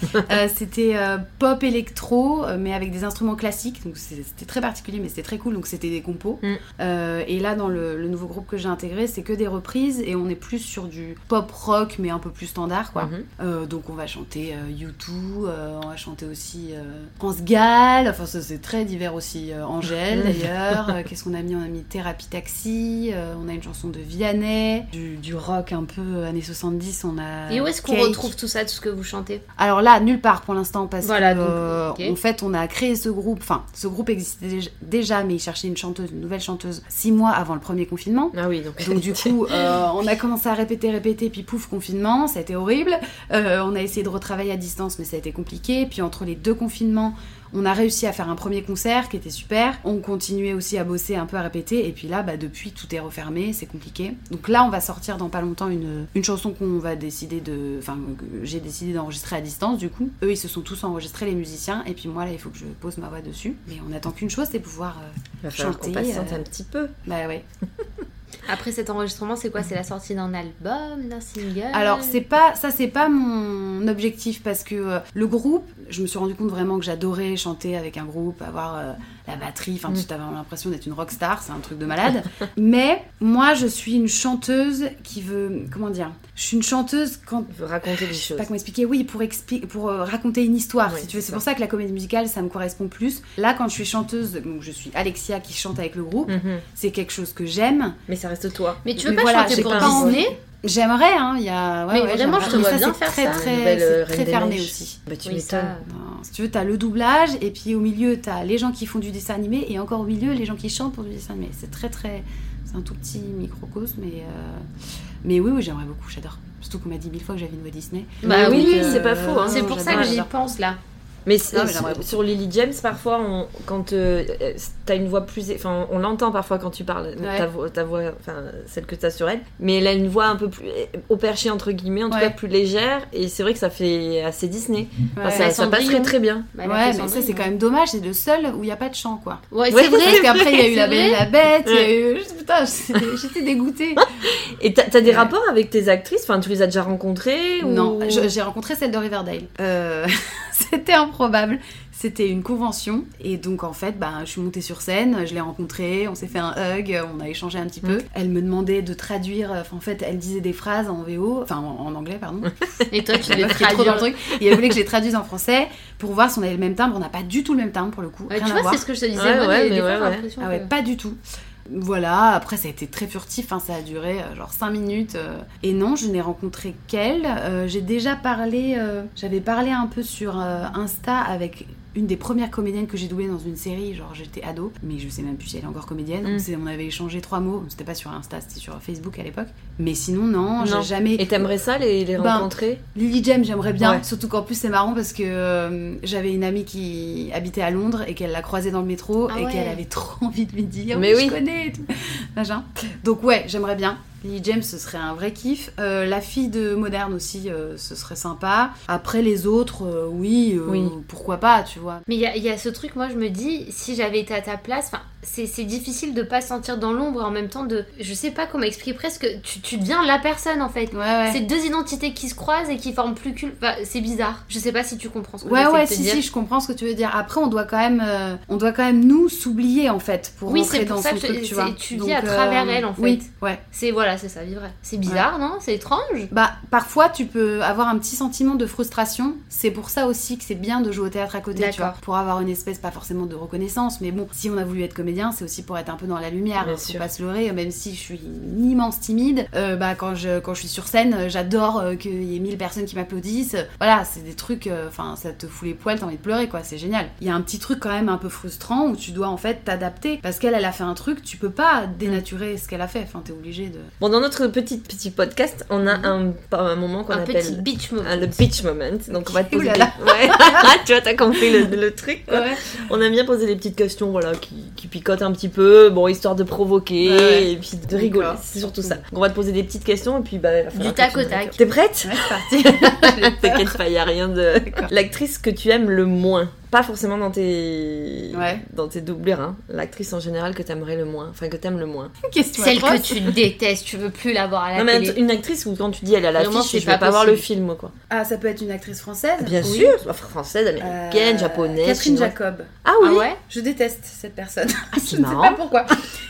E: c'était euh, pop électro euh, mais avec des instruments classiques, donc c'est- c'était très particulier mais c'était très cool donc c'était des compos.
A: Mm.
E: Euh, et là dans le, le nouveau groupe que j'ai intégré c'est que des reprises et on est plus sur du pop rock mais un peu plus standard quoi.
A: Mhm.
E: Euh, donc on va chanter euh, U2, euh, on va chanter aussi euh, France Gall, enfin ça, c'est très divers aussi. euh, Angèle d'ailleurs, Euh, qu'est-ce qu'on a mis On a mis Thérapie Taxi, euh, on a une chanson de Vianney, du, du rock un peu euh, années 70, on a...
D: Et où est-ce qu'on
E: Cake.
D: retrouve tout ça, tout ce que vous chantez
E: Alors là, nulle part pour l'instant parce
D: Voilà,
E: que...
D: donc,
E: euh,
D: ok.
E: En fait, on a créé ce groupe, enfin ce groupe existait déj- déjà mais il cherchait une chanteuse, une nouvelle chanteuse, six mois avant le premier confinement.
A: Ah oui, donc.
E: Donc du coup, euh, on a commencé à répéter, répéter, puis pouf, confinement, ça a été horrible. Euh, on a essayé de retravailler à distance, mais ça a été compliqué. Puis entre les deux confinements, on a réussi à faire un premier concert qui était super. On continuait aussi à bosser, un peu à répéter. Et puis là, bah, depuis, tout est refermé, c'est compliqué. Donc là, on va sortir dans pas longtemps une, une chanson qu'on va décider de... Enfin, que j'ai décidé d'enregistrer à distance, du coup. Eux, ils se sont tous enregistrés, les musiciens. Et puis moi, là, il faut que je pose ma voix dessus. Mais on attend qu'une chose, c'est pouvoir... euh,
A: il va falloir qu'on
E: chanter,
A: patiente
E: euh,
A: un petit peu.
E: Bah ouais.
D: Après cet enregistrement, c'est quoi C'est la sortie d'un album, d'un single
E: Alors c'est pas ça c'est pas mon objectif parce que euh, le groupe, je me suis rendu compte vraiment que j'adorais chanter avec un groupe, avoir euh, la batterie, enfin
A: Mm.
E: tu as vraiment l'impression d'être une rockstar, c'est un truc de malade. Mais moi je suis une chanteuse qui veut comment dire Je suis une chanteuse quand
A: Il faut raconter des
E: je sais
A: choses.
E: pas comment expliquer, oui, pour, expli- pour euh, raconter une histoire,
A: Oui,
E: si tu veux.
A: c'est
E: C'est
A: ça.
E: pour ça que la comédie musicale, ça me correspond plus. Là, quand je suis chanteuse, donc je suis Alexia qui chante avec le groupe,
A: Mhm.
E: c'est quelque chose que j'aime.
A: Mais ça reste toi.
D: Mais tu veux
E: Mais
D: pas
E: voilà,
D: chanter
E: j'ai
D: pour
E: pas envie.
D: Disney
E: J'aimerais, hein, il y a. ouais,
D: Mais
E: ouais,
D: vraiment,
E: j'aimerais.
D: je te
E: Mais
D: vois
E: ça,
D: bien
E: c'est
A: La
D: faire ça,
E: très, Très,
A: nouvelle, euh,
E: c'est
A: Reine
E: très
A: des
E: fermé
A: Neiges.
E: aussi.
A: Bah, tu
D: Oui,
A: m'étonnes.
D: ça.
E: Non, Si tu veux, t'as le doublage, et puis au milieu, t'as les gens qui font du dessin animé, et encore au milieu, les gens qui chantent pour du dessin animé. C'est très, très. C'est un tout petit microcosme, mais. euh, Mais oui, oui, j'aimerais beaucoup, j'adore. Surtout qu'on m'a dit mille fois que j'avais une voix Disney. euh,
D: Bah
A: oui,
D: oui,
A: oui, c'est pas faux, hein.
D: c'est pour ça que j'y
E: j'ai
D: pense là.
A: Mais, c'est-
E: mais j'aimerais
A: sur-
E: beaucoup.
A: sur Lily James, parfois, on, quand euh, euh, t'as une voix plus. Enfin, on l'entend parfois quand tu parles,
E: Ouais.
A: ta, voix- ta voix, enfin, celle que t'as sur elle. Mais elle a une voix un peu plus. euh, au perché, entre guillemets, en tout
E: Ouais.
A: cas plus légère. Et c'est vrai que ça fait assez Disney. Enfin,
E: Ouais,
A: ça, ça
D: Cendrillon.
A: passerait très bien.
D: Bah,
E: Ouais,
D: elle a fait
E: mais ça,
D: Cendrillon.
E: c'est quand même dommage, c'est le seul où il n'y a pas de chant, quoi.
D: Ouais,
A: Ouais,
D: c'est vrai.
E: Parce qu'après, il y a eu
D: C'est
E: la belle et
D: vrai.
E: la bête, il y a eu. Putain, j'étais j'étais dégoûtée.
A: Et t'as t'as des
E: Ouais.
A: rapports avec tes actrices Enfin, tu les as déjà rencontrées ou-
E: Non, je- j'ai rencontré celle de Riverdale. Euh, C'était improbable. C'était une convention. Et donc, en fait, bah, je suis montée sur scène, je l'ai rencontrée, on s'est fait un hug, on a échangé un petit peu. Elle me demandait de traduire, enfin, en fait, elle disait des phrases en VO, enfin, en, en anglais, pardon.
D: Et toi, tu
E: La
D: devais
E: meuf qui est trop dans
D: traduire.
E: le truc. Et elle voulait que je les traduise en français pour voir si on avait le même timbre. On n'a pas du tout le même timbre pour le coup.
D: Ouais,
E: rien
D: tu
E: à
D: vois,
E: voir.
D: c'est ce que je te disais.
A: Ouais,
D: moi,
A: ouais,
D: des-
A: mais
D: des fois,
A: ouais,
D: j'ai
A: ouais.
D: l'impression
E: Ah ouais,
D: que-
E: pas du tout. Voilà, après ça a été très furtif, hein, ça a duré euh, genre 5 minutes. euh. Et non, je n'ai rencontré qu'elle. Euh, J'ai déjà parlé, euh, j'avais parlé un peu sur euh, Insta avec une des premières comédiennes que j'ai doublée dans une série, genre j'étais ado, mais je sais même plus si elle est encore comédienne.
A: Mm.
E: On s'est- On avait échangé trois mots, c'était pas sur Insta, c'était sur Facebook à l'époque. Mais sinon,
A: Non.
E: non, j'ai jamais.
A: Et t'aimerais ça, les, les
E: Ben,
A: rencontrer
E: Lily James, j'aimerais bien.
A: Ouais.
E: Surtout qu'en plus, c'est marrant parce que euh, j'avais une amie qui habitait à Londres et qu'elle l'a croisée dans le métro
D: Ah
E: et
D: ouais.
E: qu'elle avait trop envie de lui dire
A: Mais
E: Mais
A: oui.
E: je connais et tout. Machin. Donc, ouais, j'aimerais bien. Lily James, ce serait un vrai kiff. Euh, la fille de Moderne aussi, euh, ce serait sympa. Après, les autres, euh, oui, euh,
A: Oui.
E: pourquoi pas, tu vois.
D: Mais il y a- il y, a ce truc, moi je me dis, si j'avais été à ta place, 'fin, c'est c'est difficile de pas se sentir dans l'ombre et en même temps de. Je sais pas comment expliquer presque, tu, tu deviens la personne en fait.
E: Ouais, ouais.
D: C'est deux identités qui se croisent et qui forment plus qu'une. Enfin, c'est bizarre. Je sais pas si tu comprends ce que
E: Ouais
D: j'essaie de
E: ouais
D: te
E: si
D: dire.
E: si je comprends ce que tu veux dire. Après on doit quand même euh, on doit quand même nous s'oublier en fait pour
D: Oui,
E: rentrer
D: c'est pour
E: dans
D: ça
E: son
D: que je-
E: truc
D: c'est-
E: tu vois. euh,
D: tu vis à travers elle, en
E: Oui
D: fait.
E: ouais.
D: C'est voilà, c'est ça, vivre. C'est bizarre, non C'est étrange.
E: Bah, parfois, tu peux avoir un petit sentiment de frustration. C'est pour ça aussi que c'est bien de jouer au théâtre à côté, tu
D: D'accord.
E: vois. Pour avoir une espèce, pas forcément de reconnaissance, mais bon, si on a voulu être comédien, c'est aussi pour être un peu dans la lumière. hein,
A: Bien
E: Faut
A: sûr.
E: pas se leurrer, même si je suis une immense timide. euh, bah, quand je, quand je suis sur scène, euh, j'adore euh, qu'il y ait 1000 personnes qui m'applaudissent. Voilà, c'est des trucs, euh, enfin, ça te fout les poils, t'as envie de pleurer, quoi. C'est génial. Il y a un petit truc quand même un peu frustrant où tu dois en fait t'adapter. Parce qu'elle, elle a fait un truc, tu peux pas dénaturer ce qu'elle a fait. Enfin, t'es obligé de.
A: Bon, dans notre petit, petit podcast, on a
E: Mhm.
A: un, pas un moment qu'on
D: Un
A: appelle.
D: petit bitch move.
A: Ah, le pitch moment. Donc on va te poser.
E: Ouh là
A: des-
E: là.
A: Ouais. Ah, tu vois, t'as compris le, le truc. quoi. On aime bien poser des petites questions, voilà, qui, qui picotent un petit peu, bon, histoire de provoquer
E: Ouais, ouais.
A: et puis de rigoler.
E: D'accord.
A: C'est surtout ça. Donc, on va te poser des petites questions et puis bah. il va falloir
D: Du
A: que
D: tac
A: tu
D: au
A: nous
D: tac.
A: répondes. T'es prête
E: Ouais, c'est parti. J'ai peur.
A: T'inquiète pas, y a rien de.
E: D'accord.
A: L'actrice que tu aimes le moins. Pas forcément dans tes,
E: Ouais.
A: dans tes doublures, hein. l'actrice en général que t'aimerais le moins, enfin que t'aimes le moins.
E: Question
D: Celle que
E: atroce.
D: tu détestes, tu veux plus la voir à la
A: non, mais
D: télé.
A: une actrice où quand tu dis elle est à
D: Vraiment,
A: l'affiche,
D: c'est
A: je
D: pas
A: vais pas voir le
D: possible.
A: film, quoi.
E: Ah, ça peut être une actrice française
A: Bien
E: Oui.
A: sûr, enfin, française,
E: Euh,
A: américaine, japonaise.
E: Catherine
A: chinoise.
E: Jacob.
A: Ah
D: Ah
A: oui
D: ouais
E: Je déteste cette personne.
A: Ah,
E: je
A: c'est
E: ne sais pas
A: marrant.
E: pourquoi.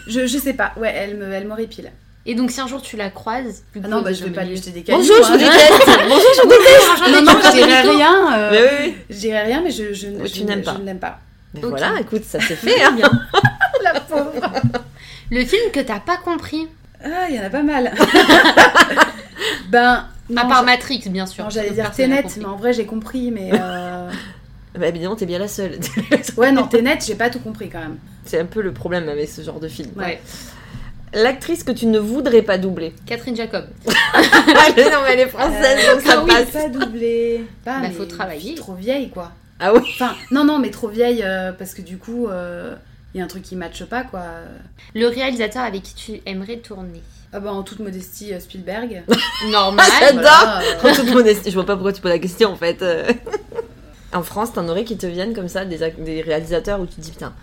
E: Je, je sais pas. Ouais, elle me, elle m'horripile.
D: Et donc si un jour tu la croises, plus
E: Ah non,
D: gros,
E: bah je
D: jamais
E: vais pas lui
D: vu.
E: jeter des cailloux.
A: Bonjour, je vous
E: hein.
A: déteste Bonjour, je vous déteste
E: Non, non, je dirais rien. euh,
A: Mais oui, oui.
E: Je dirais rien, mais je, je,
A: Oui,
E: je
A: tu
E: ne-
A: n'aimes pas.
E: je ne l'aime pas.
A: Mais
D: Ok.
A: voilà, écoute, ça s'est fait, hein.
E: La pauvre.
D: Le film que t'as pas compris,
E: Ah, il y en a pas mal.
A: Ah,
E: ben. Non,
D: à part
E: je-
D: Matrix bien sûr.
E: non, j'allais
D: que
E: dire
D: personne n'a
E: Tenet,
D: compris.
E: mais en vrai j'ai compris, mais euh,
A: Bah, évidemment, t'es bien la seule.
E: ouais non Tenet, j'ai pas tout compris quand même.
A: c'est un peu le problème avec ce genre de film.
D: Ouais.
A: L'actrice que tu ne voudrais pas doubler.
D: Catherine Jacob.
A: Ah, mais non, mais elle est française, donc ça
E: Ah oui,
A: passe.
E: pas doublé. Bah,
D: Bah,
E: mais
D: faut travailler.
E: Trop vieille quoi.
A: Ah oui
E: Enfin non non mais trop vieille euh, parce que du coup euh, il y a un truc qui matche pas quoi.
D: Le réalisateur avec qui tu aimerais tourner.
E: Ah bah en toute modestie euh, Spielberg.
D: Normal.
E: Voilà, euh,
A: En toute modestie, je vois pas pourquoi tu poses la question en fait. Euh, en France, t'en aurais qui te viennent comme ça, des, ac- des réalisateurs où tu te dis putain,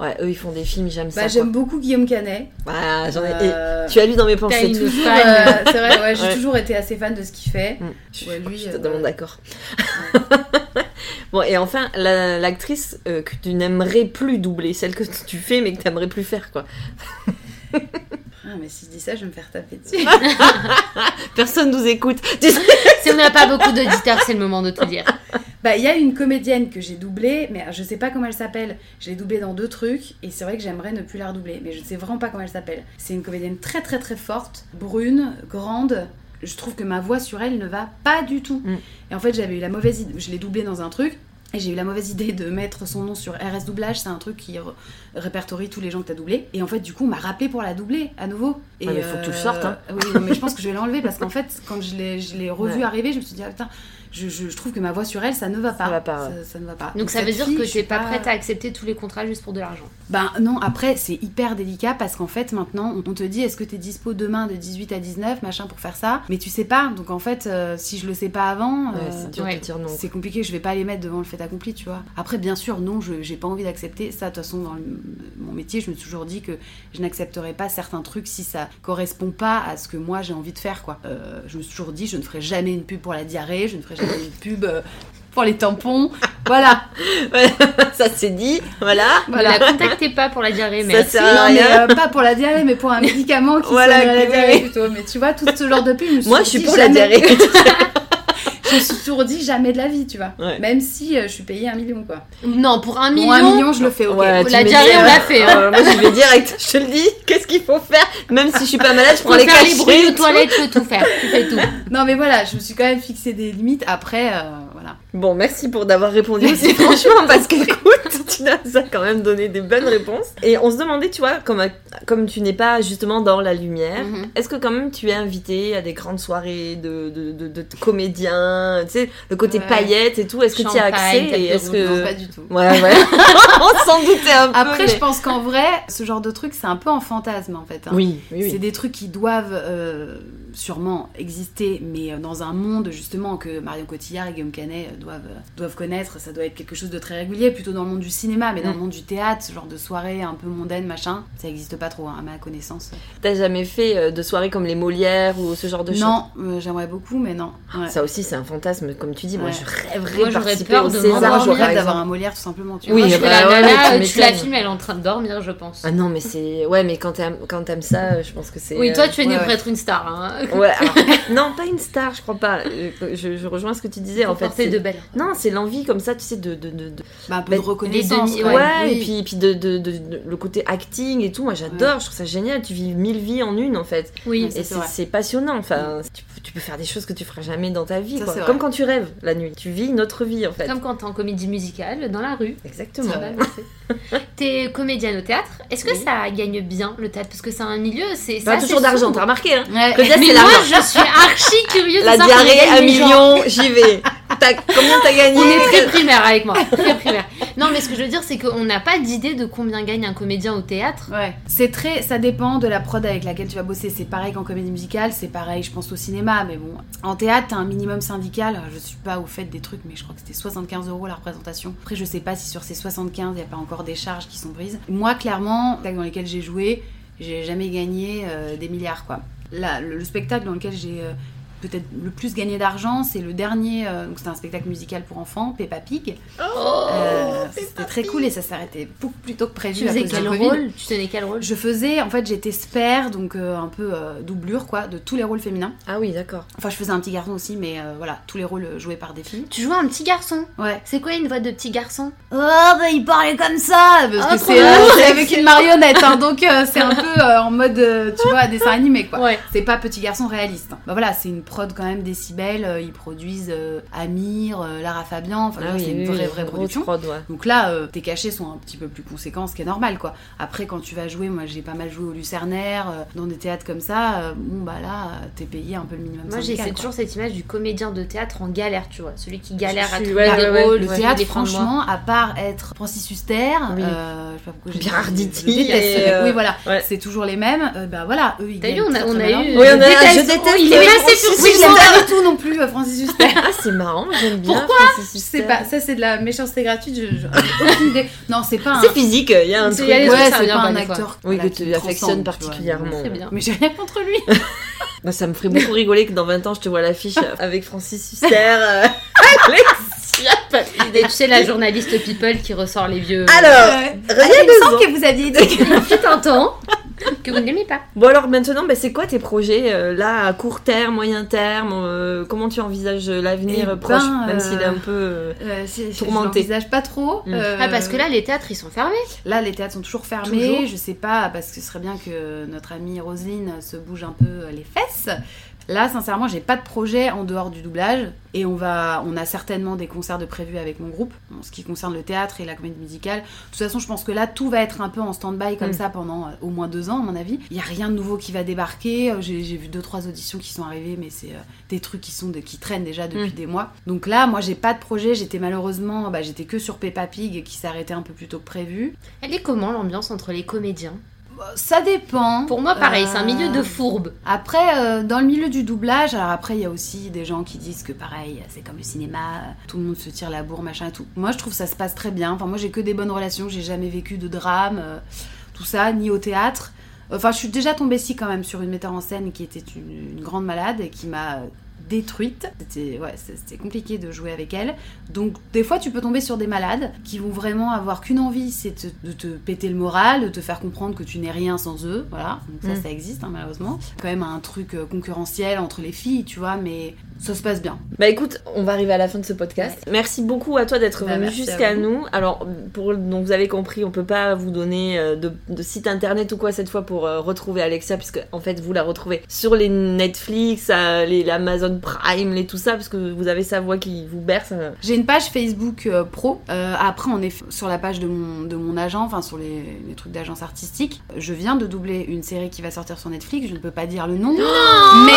A: ouais, eux ils font des films, j'aime ça.
E: Bah, j'aime beaucoup Guillaume Canet.
A: quoi. Voilà, Ah, j'en ai. et
E: Euh,
A: tu as lu dans mes
D: T'as
A: pensées
D: une
A: tout.
E: toujours,
D: fan.
E: euh, c'est vrai, ouais, j'ai
A: Ouais.
E: toujours été assez fan de ce qu'il fait.
A: Mm. Je suis
E: Ouais, lui, euh,
A: totalement
E: ouais.
A: d'accord. bon, et enfin, la- l'actrice euh, que tu n'aimerais plus doubler, celle que tu fais mais que t'aimerais plus faire quoi.
E: Ah, mais si je dis ça, je vais me faire taper dessus.
A: Personne nous écoute. Tu sais-
D: si on n'a pas beaucoup d'auditeurs, c'est le moment de te dire.
E: bah, il y a une comédienne que j'ai doublée, mais je sais pas comment elle s'appelle. Je l'ai doublée dans deux trucs, et c'est vrai que j'aimerais ne plus la redoubler, mais je ne sais vraiment pas comment elle s'appelle. C'est une comédienne très très très forte, brune, grande. Je trouve que ma voix sur elle ne va pas du tout.
A: Mm.
E: Et en fait, j'avais eu la mauvaise idée, je l'ai doublée dans un truc. Et j'ai eu la mauvaise idée de mettre son nom sur RS Doublage, c'est un truc qui re- répertorie tous les gens que t'as doublé. Et en fait, du coup, on m'a rappelé pour la doubler à nouveau. Et euh,
A: Ouais, mais faut que tu le sortes, hein.
E: Oui, non, mais je pense que je vais l'enlever parce qu'en fait, quand je l'ai, je l'ai revue
A: Ouais.
E: arriver, je me suis dit, ah, putain, je, je- je trouve que ma voix sur elle, ça ne va pas.
A: va pas, ouais.
E: Ça, ça ne va pas.
D: Donc ça
E: cette
D: veut dire
E: fille,
D: que
E: je
D: t'es
E: suis
D: pas prête à accepter tous les contrats juste pour de l'argent.
E: Ben non, après, c'est hyper délicat parce qu'en fait, maintenant, on on te dit, est-ce que t'es dispo demain de 18 à 19, machin, pour faire ça Mais tu sais pas. Donc en fait, euh, si je le sais pas avant.
A: Ouais,
E: euh,
A: c'est dur
D: ouais.
A: de dire non.
E: c'est compliqué, je vais pas les mettre devant le fait accompli, tu vois. Après, bien sûr, non, je j'ai pas envie d'accepter ça. De toute façon, dans le- mon métier, je me suis toujours dit que je n'accepterai pas certains trucs si ça correspond pas à ce que moi j'ai envie de faire, quoi. Euh, je me suis toujours dit, je ne ferai jamais une pub pour la diarrhée, je ne ferai jamais une pub euh, pour les tampons. Voilà.
A: ça c'est dit, voilà.
E: Voilà.
D: Ne la contactez pas pour la diarrhée,
A: Ça
D: mais
A: sert à
E: Non, mais
A: rien.
E: euh, pas pour la diarrhée, mais pour un médicament qui
A: Voilà,
E: soigne la
A: que-
E: diarrhée plutôt. Mais tu vois, tout ce genre de pub, je me suis
A: Moi je
E: toujours
A: suis
E: dit
A: pour la
E: jamais-
A: diarrhée.
E: Je me suis toujours dit jamais de la vie, tu vois.
A: Ouais.
E: Même si euh, je suis payée un million, quoi.
D: Non, pour un
E: Bon,
D: million.
E: un million, je le fais, ok.
A: Ouais,
D: Pour
A: tu
D: la
A: me
D: diarrhée,
A: dis,
D: on
A: euh,
D: l'a fait, hein.
A: euh, moi, je vais direct, je te le dis. Qu'est-ce qu'il faut faire Même si je suis pas malade, je
D: Je
A: prends les
D: faire les
A: cachets.
D: bruits aux toilettes, je peux tout faire. Tu fais tout.
E: Non, mais voilà, je me suis quand même fixé des limites. Après, euh, voilà.
A: Bon, merci pour d'avoir répondu aussi franchement, parce que écoute, tu nous as quand même donné des bonnes réponses. Et on se demandait, tu vois, comme, euh, comme tu n'es pas justement dans la lumière,
D: Mhm.
A: est-ce que quand même tu es invité à des grandes soirées de, de, de, de comédiens, tu sais, le côté
E: Ouais.
A: paillettes et tout, est-ce que tu y as
D: Champagne,
A: accès
D: tapis
A: et est-ce
E: Non,
A: que...
E: pas du tout.
A: Ouais, ouais. on s'en doutait un peu.
E: Après,
A: mais-
E: je pense qu'en vrai, ce genre de truc, c'est un peu en fantasme, en fait. hein.
A: Oui, oui,
E: C'est
A: oui.
E: des trucs qui doivent euh, sûrement exister, mais euh, dans un monde justement que Marion Cotillard et Guillaume Canet euh, doivent, euh, doivent connaître. Ça doit être quelque chose de très régulier, plutôt dans le monde du cinéma, mais dans
A: Mm.
E: le monde du théâtre, ce genre de soirée un peu mondaine, machin, ça n'existe pas trop, hein, à ma connaissance.
A: T'as jamais fait euh, de soirées comme les Molières ou ce genre de choses
E: non, euh, j'aimerais beaucoup, mais non. Ouais.
A: Ça aussi, c'est un fantasme, comme tu dis. Moi,
E: Ouais.
A: je rêverais
D: Moi,
A: de
D: j'aurais
A: participer
D: peur
A: au
D: de
A: César,
D: m'endormir,
E: Avoir
A: j'aurais
E: envie
A: rêve
E: d'avoir un Molière, tout simplement. Tu
A: Oui,
D: Moi,
E: vois.
D: je
A: bah,
D: fais la
A: ouais,
D: nana,
A: tu
D: tu, la
A: m'étonnes.
D: filmes, elle est en train de dormir, je pense.
A: Ah non, mais c'est... Ouais, mais quand t'aimes, quand t'aimes ça, euh, je pense que c'est...
D: oui,
A: euh,
D: toi, tu es né
E: ouais,
D: pour
E: ouais.
D: être une star. Hein.
A: Ouais, alors- non, pas une star, je crois pas. Euh, Je, je rejoins ce que tu disais, en fait.
D: Porter
A: c'est-
D: de belles.
A: Non, c'est l'envie comme ça, tu sais, de... de, de, de-
E: Bah, un peu
A: Bah,
E: de
A: des
E: reconnaissance.
D: demi-
E: quoi.
A: Ouais,
D: oui.
A: et puis, et puis de, de- de- de- le côté acting et tout, moi j'adore, je trouve ça génial. Tu vis mille vies en une, en fait.
D: Oui,
E: Ça,
A: Et
E: c'est
A: c'est
E: vrai. Mm.
A: c'est passionnant, enfin, tu, peux- tu peux faire des choses que tu feras jamais dans ta vie,
E: Ça,
A: quoi.
E: c'est vrai.
A: Comme quand tu rêves la nuit, tu vis une autre vie, en fait.
D: comme quand t'es en comédie musicale, dans la rue.
A: Exactement.
D: Pas mal aussi. T'es comédienne au théâtre. Est-ce que
A: Oui.
D: ça gagne bien le théâtre Parce que c'est un milieu, c'est ça.
A: Pas Bah, toujours d'argent, t'as remarqué, hein
E: Ouais.
A: Que dire,
D: Mais
A: c'est
D: moi,
A: l'argent.
D: je suis archi curieuse. de
A: La
D: savoir
A: diarrhée,
D: combien
A: un
D: gagnent les gens.
A: million, j'y vais. T'as- combien t'as gagné
D: On est très primaire avec moi, très primaire. Non, mais ce que je veux dire, c'est qu'on n'a pas d'idée de combien gagne un comédien au théâtre.
E: Ouais. C'est très, ça dépend de la prod avec laquelle tu vas bosser. C'est pareil qu'en comédie musicale, c'est pareil, je pense au cinéma, mais bon. En théâtre, t'as un minimum syndical. Alors, Je suis pas au fait des trucs, mais je crois que c'était 75 euros la représentation. Après, je sais pas si sur ces 75, il y a pas encore des charges qui sont prises. Moi, clairement, dans lesquels j'ai joué, j'ai jamais gagné euh, des milliards, quoi. Là, le, le spectacle dans lequel j'ai euh, peut-être le plus gagné d'argent, c'est le dernier. euh, donc c'était un spectacle musical pour enfants, Peppa Pig.
A: Oh.
E: Euh, c'était très cool et ça s'arrêtait beaucoup plus tôt que prévu.
D: Tu
E: à
D: faisais
E: cause du
D: quel
E: Covid.
D: rôle Tu tenais quel rôle
E: Je faisais, en fait, j'étais spare, donc euh, un peu euh, doublure, quoi, de tous les rôles féminins.
A: Ah oui, d'accord.
E: Enfin, je faisais un petit garçon aussi, mais euh, voilà, tous les rôles euh, joués par des filles.
D: Tu jouais un petit garçon.
E: Ouais.
D: C'est quoi une voix de petit garçon
E: Oh, bah, il parlait comme ça Parce
D: Oh, trop
E: que c'est
D: mignon,
E: euh, c'est avec une marionnette, hein, donc euh, c'est un peu euh, en mode, euh, tu vois, dessin animé,
A: Bah,
E: quoi. C'est pas petit garçon réaliste. Bah voilà, c'est une prod quand même décibels. euh, ils produisent euh, Amir, euh, Lara Fabian, enfin,
A: Ah
E: tu vois,
A: oui,
E: c'est une
A: oui,
E: vraie,
A: oui,
E: vraie
A: grosse
E: production.
A: prod, ouais.
E: Donc là, euh, tes cachets sont un petit peu plus conséquents, ce qui est normal, quoi. Après, quand tu vas jouer, moi j'ai pas mal joué au Lucernaire, euh, dans des théâtres comme ça, euh, bon bah là, euh, t'es payé un peu le minimum
D: Moi, j'ai
E: syndical,
D: c'est
E: quoi.
D: toujours cette image du comédien de théâtre en galère, tu vois. Celui qui galère à
A: Je suis-
D: trouver
A: ouais,
D: des
A: ouais, ouais.
D: rôles,
E: Le
D: qui
E: théâtre,
D: dépend de moi.
E: franchement, à part être Francis Huster,
A: Oui.
E: euh, je sais pas pourquoi j'ai
A: Pierre
E: pas-
A: Arditi
E: je déteste.
A: et, euh,
E: Oui, voilà,
A: ouais.
E: c'est toujours les mêmes. Euh, bah voilà, eux ils
D: T'as vu,
E: gagnent
D: on a,
E: très,
D: on
E: très
D: a
E: bien.
D: eu. euh,
A: Oui, on a-
D: déteste-
A: je déteste-
D: Il est
A: oui,
D: passé
A: oui,
D: sur
E: Oui, je l'aime
D: Quicksilver.
E: pas du tout non plus, euh, Francis Huster.
A: Ah, c'est marrant, j'aime bien.
E: Pourquoi
A: Francis
E: Je sais
A: Huster.
E: pas, ça c'est de la méchanceté gratuite, je- je- j'ai aucune idée. Non, c'est pas un.
A: C'est physique, il y a un
D: C'est-
A: truc.
D: il y a les
A: ouais.
D: autres.
E: Ouais,
D: ça
E: c'est
D: vient
E: pas
D: pas
E: un
D: des fois.
E: acteur
A: Oui,
E: voilà,
A: que
E: qui
A: tu
E: me
A: affectionnes
E: transcende, tu vois.
A: particulièrement.
D: Très bien.
E: Mais j'ai rien contre lui.
A: Bah, ça me ferait beaucoup rigoler que dans 20 ans, je te vois à l'affiche euh, avec Francis Huster, euh, Alexia
D: Et tu sais, la journaliste People qui ressort les vieux.
A: Alors,
E: Ouais.
A: rien
E: Ah, il me
A: de
E: semble
A: bon.
E: que vous aviez dit que-
D: Il fut un temps que vous ne l'aimez pas.
A: Bon alors maintenant, bah, c'est quoi tes projets euh, là à court terme, moyen terme euh, Comment tu envisages euh, l'avenir
E: Eh
A: euh, proche,
E: ben,
A: même
E: euh,
A: s'il est un peu euh,
E: Euh, c'est- je- je
A: Tourmenté.
E: l'envisage pas trop.
A: Mm.
E: euh,
D: Ah, parce que là, les théâtres, ils sont fermés.
E: là, les théâtres sont toujours fermés.
D: Toujours.
E: Je sais pas, parce que ce serait bien que notre amie Roselyne se bouge un peu euh, les fesses. Là, sincèrement, j'ai pas de projet en dehors du doublage. Et on va, on a certainement des concerts de prévus avec mon groupe, en ce qui concerne le théâtre et la comédie musicale. De toute façon, je pense que là, tout va être un peu en stand-by comme
A: Mm.
E: ça pendant euh, au moins deux ans, à mon avis. Il y a rien de nouveau qui va débarquer. Euh, J'ai j'ai vu deux, trois auditions qui sont arrivées, mais c'est euh, des trucs qui sont de- qui traînent déjà depuis
A: Mm.
E: des mois. Donc là, moi, j'ai pas de projet. J'étais malheureusement, bah, j'étais que sur Peppa Pig qui s'arrêtait un peu plus tôt que prévu.
D: Elle est comment l'ambiance entre les comédiens
E: Ça dépend.
D: Pour moi, pareil, c'est un milieu de
E: Euh,
D: fourbe.
E: Après, euh, dans le milieu du doublage, alors après, il y a aussi des gens qui disent que pareil, c'est comme le cinéma, euh, tout le monde se tire la bourre, machin et tout. Moi, je trouve que ça se passe très bien. Enfin, moi, j'ai que des bonnes relations, j'ai jamais vécu de drame, euh, tout ça, ni au théâtre. Enfin, je suis déjà tombée si quand même sur une metteur en scène qui était une, une grande malade et qui m'a euh, détruite. C'était ouais, c'est- c'était compliqué de jouer avec elle. Donc des fois, tu peux tomber sur des malades qui vont vraiment avoir qu'une envie, c'est te- de te péter le moral, de te faire comprendre que tu n'es rien sans eux. Voilà, donc ça,
A: Mm.
E: ça existe hein, malheureusement. Quand même un truc euh, concurrentiel entre les filles, tu vois, mais ça se passe bien.
A: Bah écoute, on va arriver à la fin de ce podcast. Merci beaucoup à toi d'être
E: Bah,
A: venu
E: merci à
A: jusqu'à
E: vous.
A: nous. Alors, pour, donc vous avez compris, on peut pas vous donner euh, de, de site internet ou quoi cette fois pour euh, retrouver Alexia, puisque en fait vous la retrouvez sur les Netflix, euh, les Amazon Prime, les tout ça, parce que vous avez sa voix qui vous berce. euh.
E: J'ai une page Facebook euh, pro. Euh, après, on est sur la page de mon, de mon agent, enfin sur les, les trucs d'agence artistique. Je viens de doubler une série qui va sortir sur Netflix. Je ne peux pas dire le nom, mais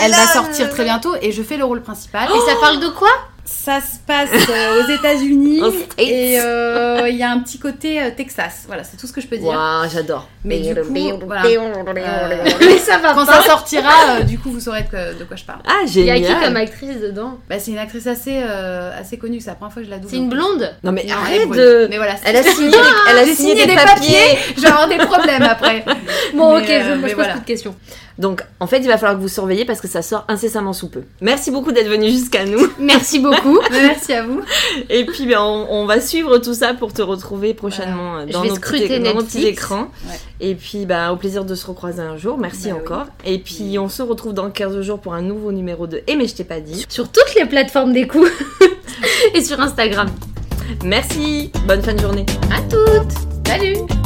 E: elle va sortir très bientôt et je fais le rôle principal.
D: Et ça parle de quoi
E: Oh Ça se passe euh, aux États-Unis
A: Aux States.
E: et euh, il y a un petit côté euh, Texas. Voilà, c'est tout ce que je peux dire.
A: Waouh, j'adore.
E: Mais du coup, voilà. Euh,
D: Mais ça va
E: quand
D: pas.
E: ça sortira, euh, du coup, vous saurez de quoi, de quoi je parle.
A: Ah,
D: Il y a qui comme
A: génial.
D: actrice dedans
E: Bah, c'est une actrice assez, euh, assez connue. C'est la première fois que je la double.
D: C'est une blonde
A: Non mais
E: Non, elle est
A: arrête
E: brune.
A: de.
E: Mais voilà, c'est
A: Elle a
E: tout ce que je
A: signé,
E: peux dire.
A: elle a
E: J'ai
A: signé,
E: signé
A: des,
E: des
A: papiers.
E: Je vais avoir des problèmes après.
D: Bon,
E: Mais,
D: ok,
E: euh,
D: je me
E: mais
D: pose
E: voilà.
D: plus de questions.
A: Donc en fait, il va falloir que vous surveillez parce que ça sort incessamment sous peu. Merci beaucoup d'être venu jusqu'à nous.
D: Merci beaucoup.
E: Mais merci à vous.
A: Et puis ben, on, on va suivre tout ça pour te retrouver prochainement euh,
D: Je
A: dans,
D: vais
A: nos
D: scruter
A: petits, dans nos petits
D: Netflix.
A: écrans.
E: Ouais.
A: Et puis ben, au plaisir de se recroiser un jour. Merci
E: Bah oui.
A: encore. Et puis on se retrouve dans 15 jours pour un nouveau numéro de Et mais je t'ai pas dit.
D: Sur toutes les plateformes des coups et sur Instagram.
A: Merci. Bonne fin de journée.
D: À toutes. Salut.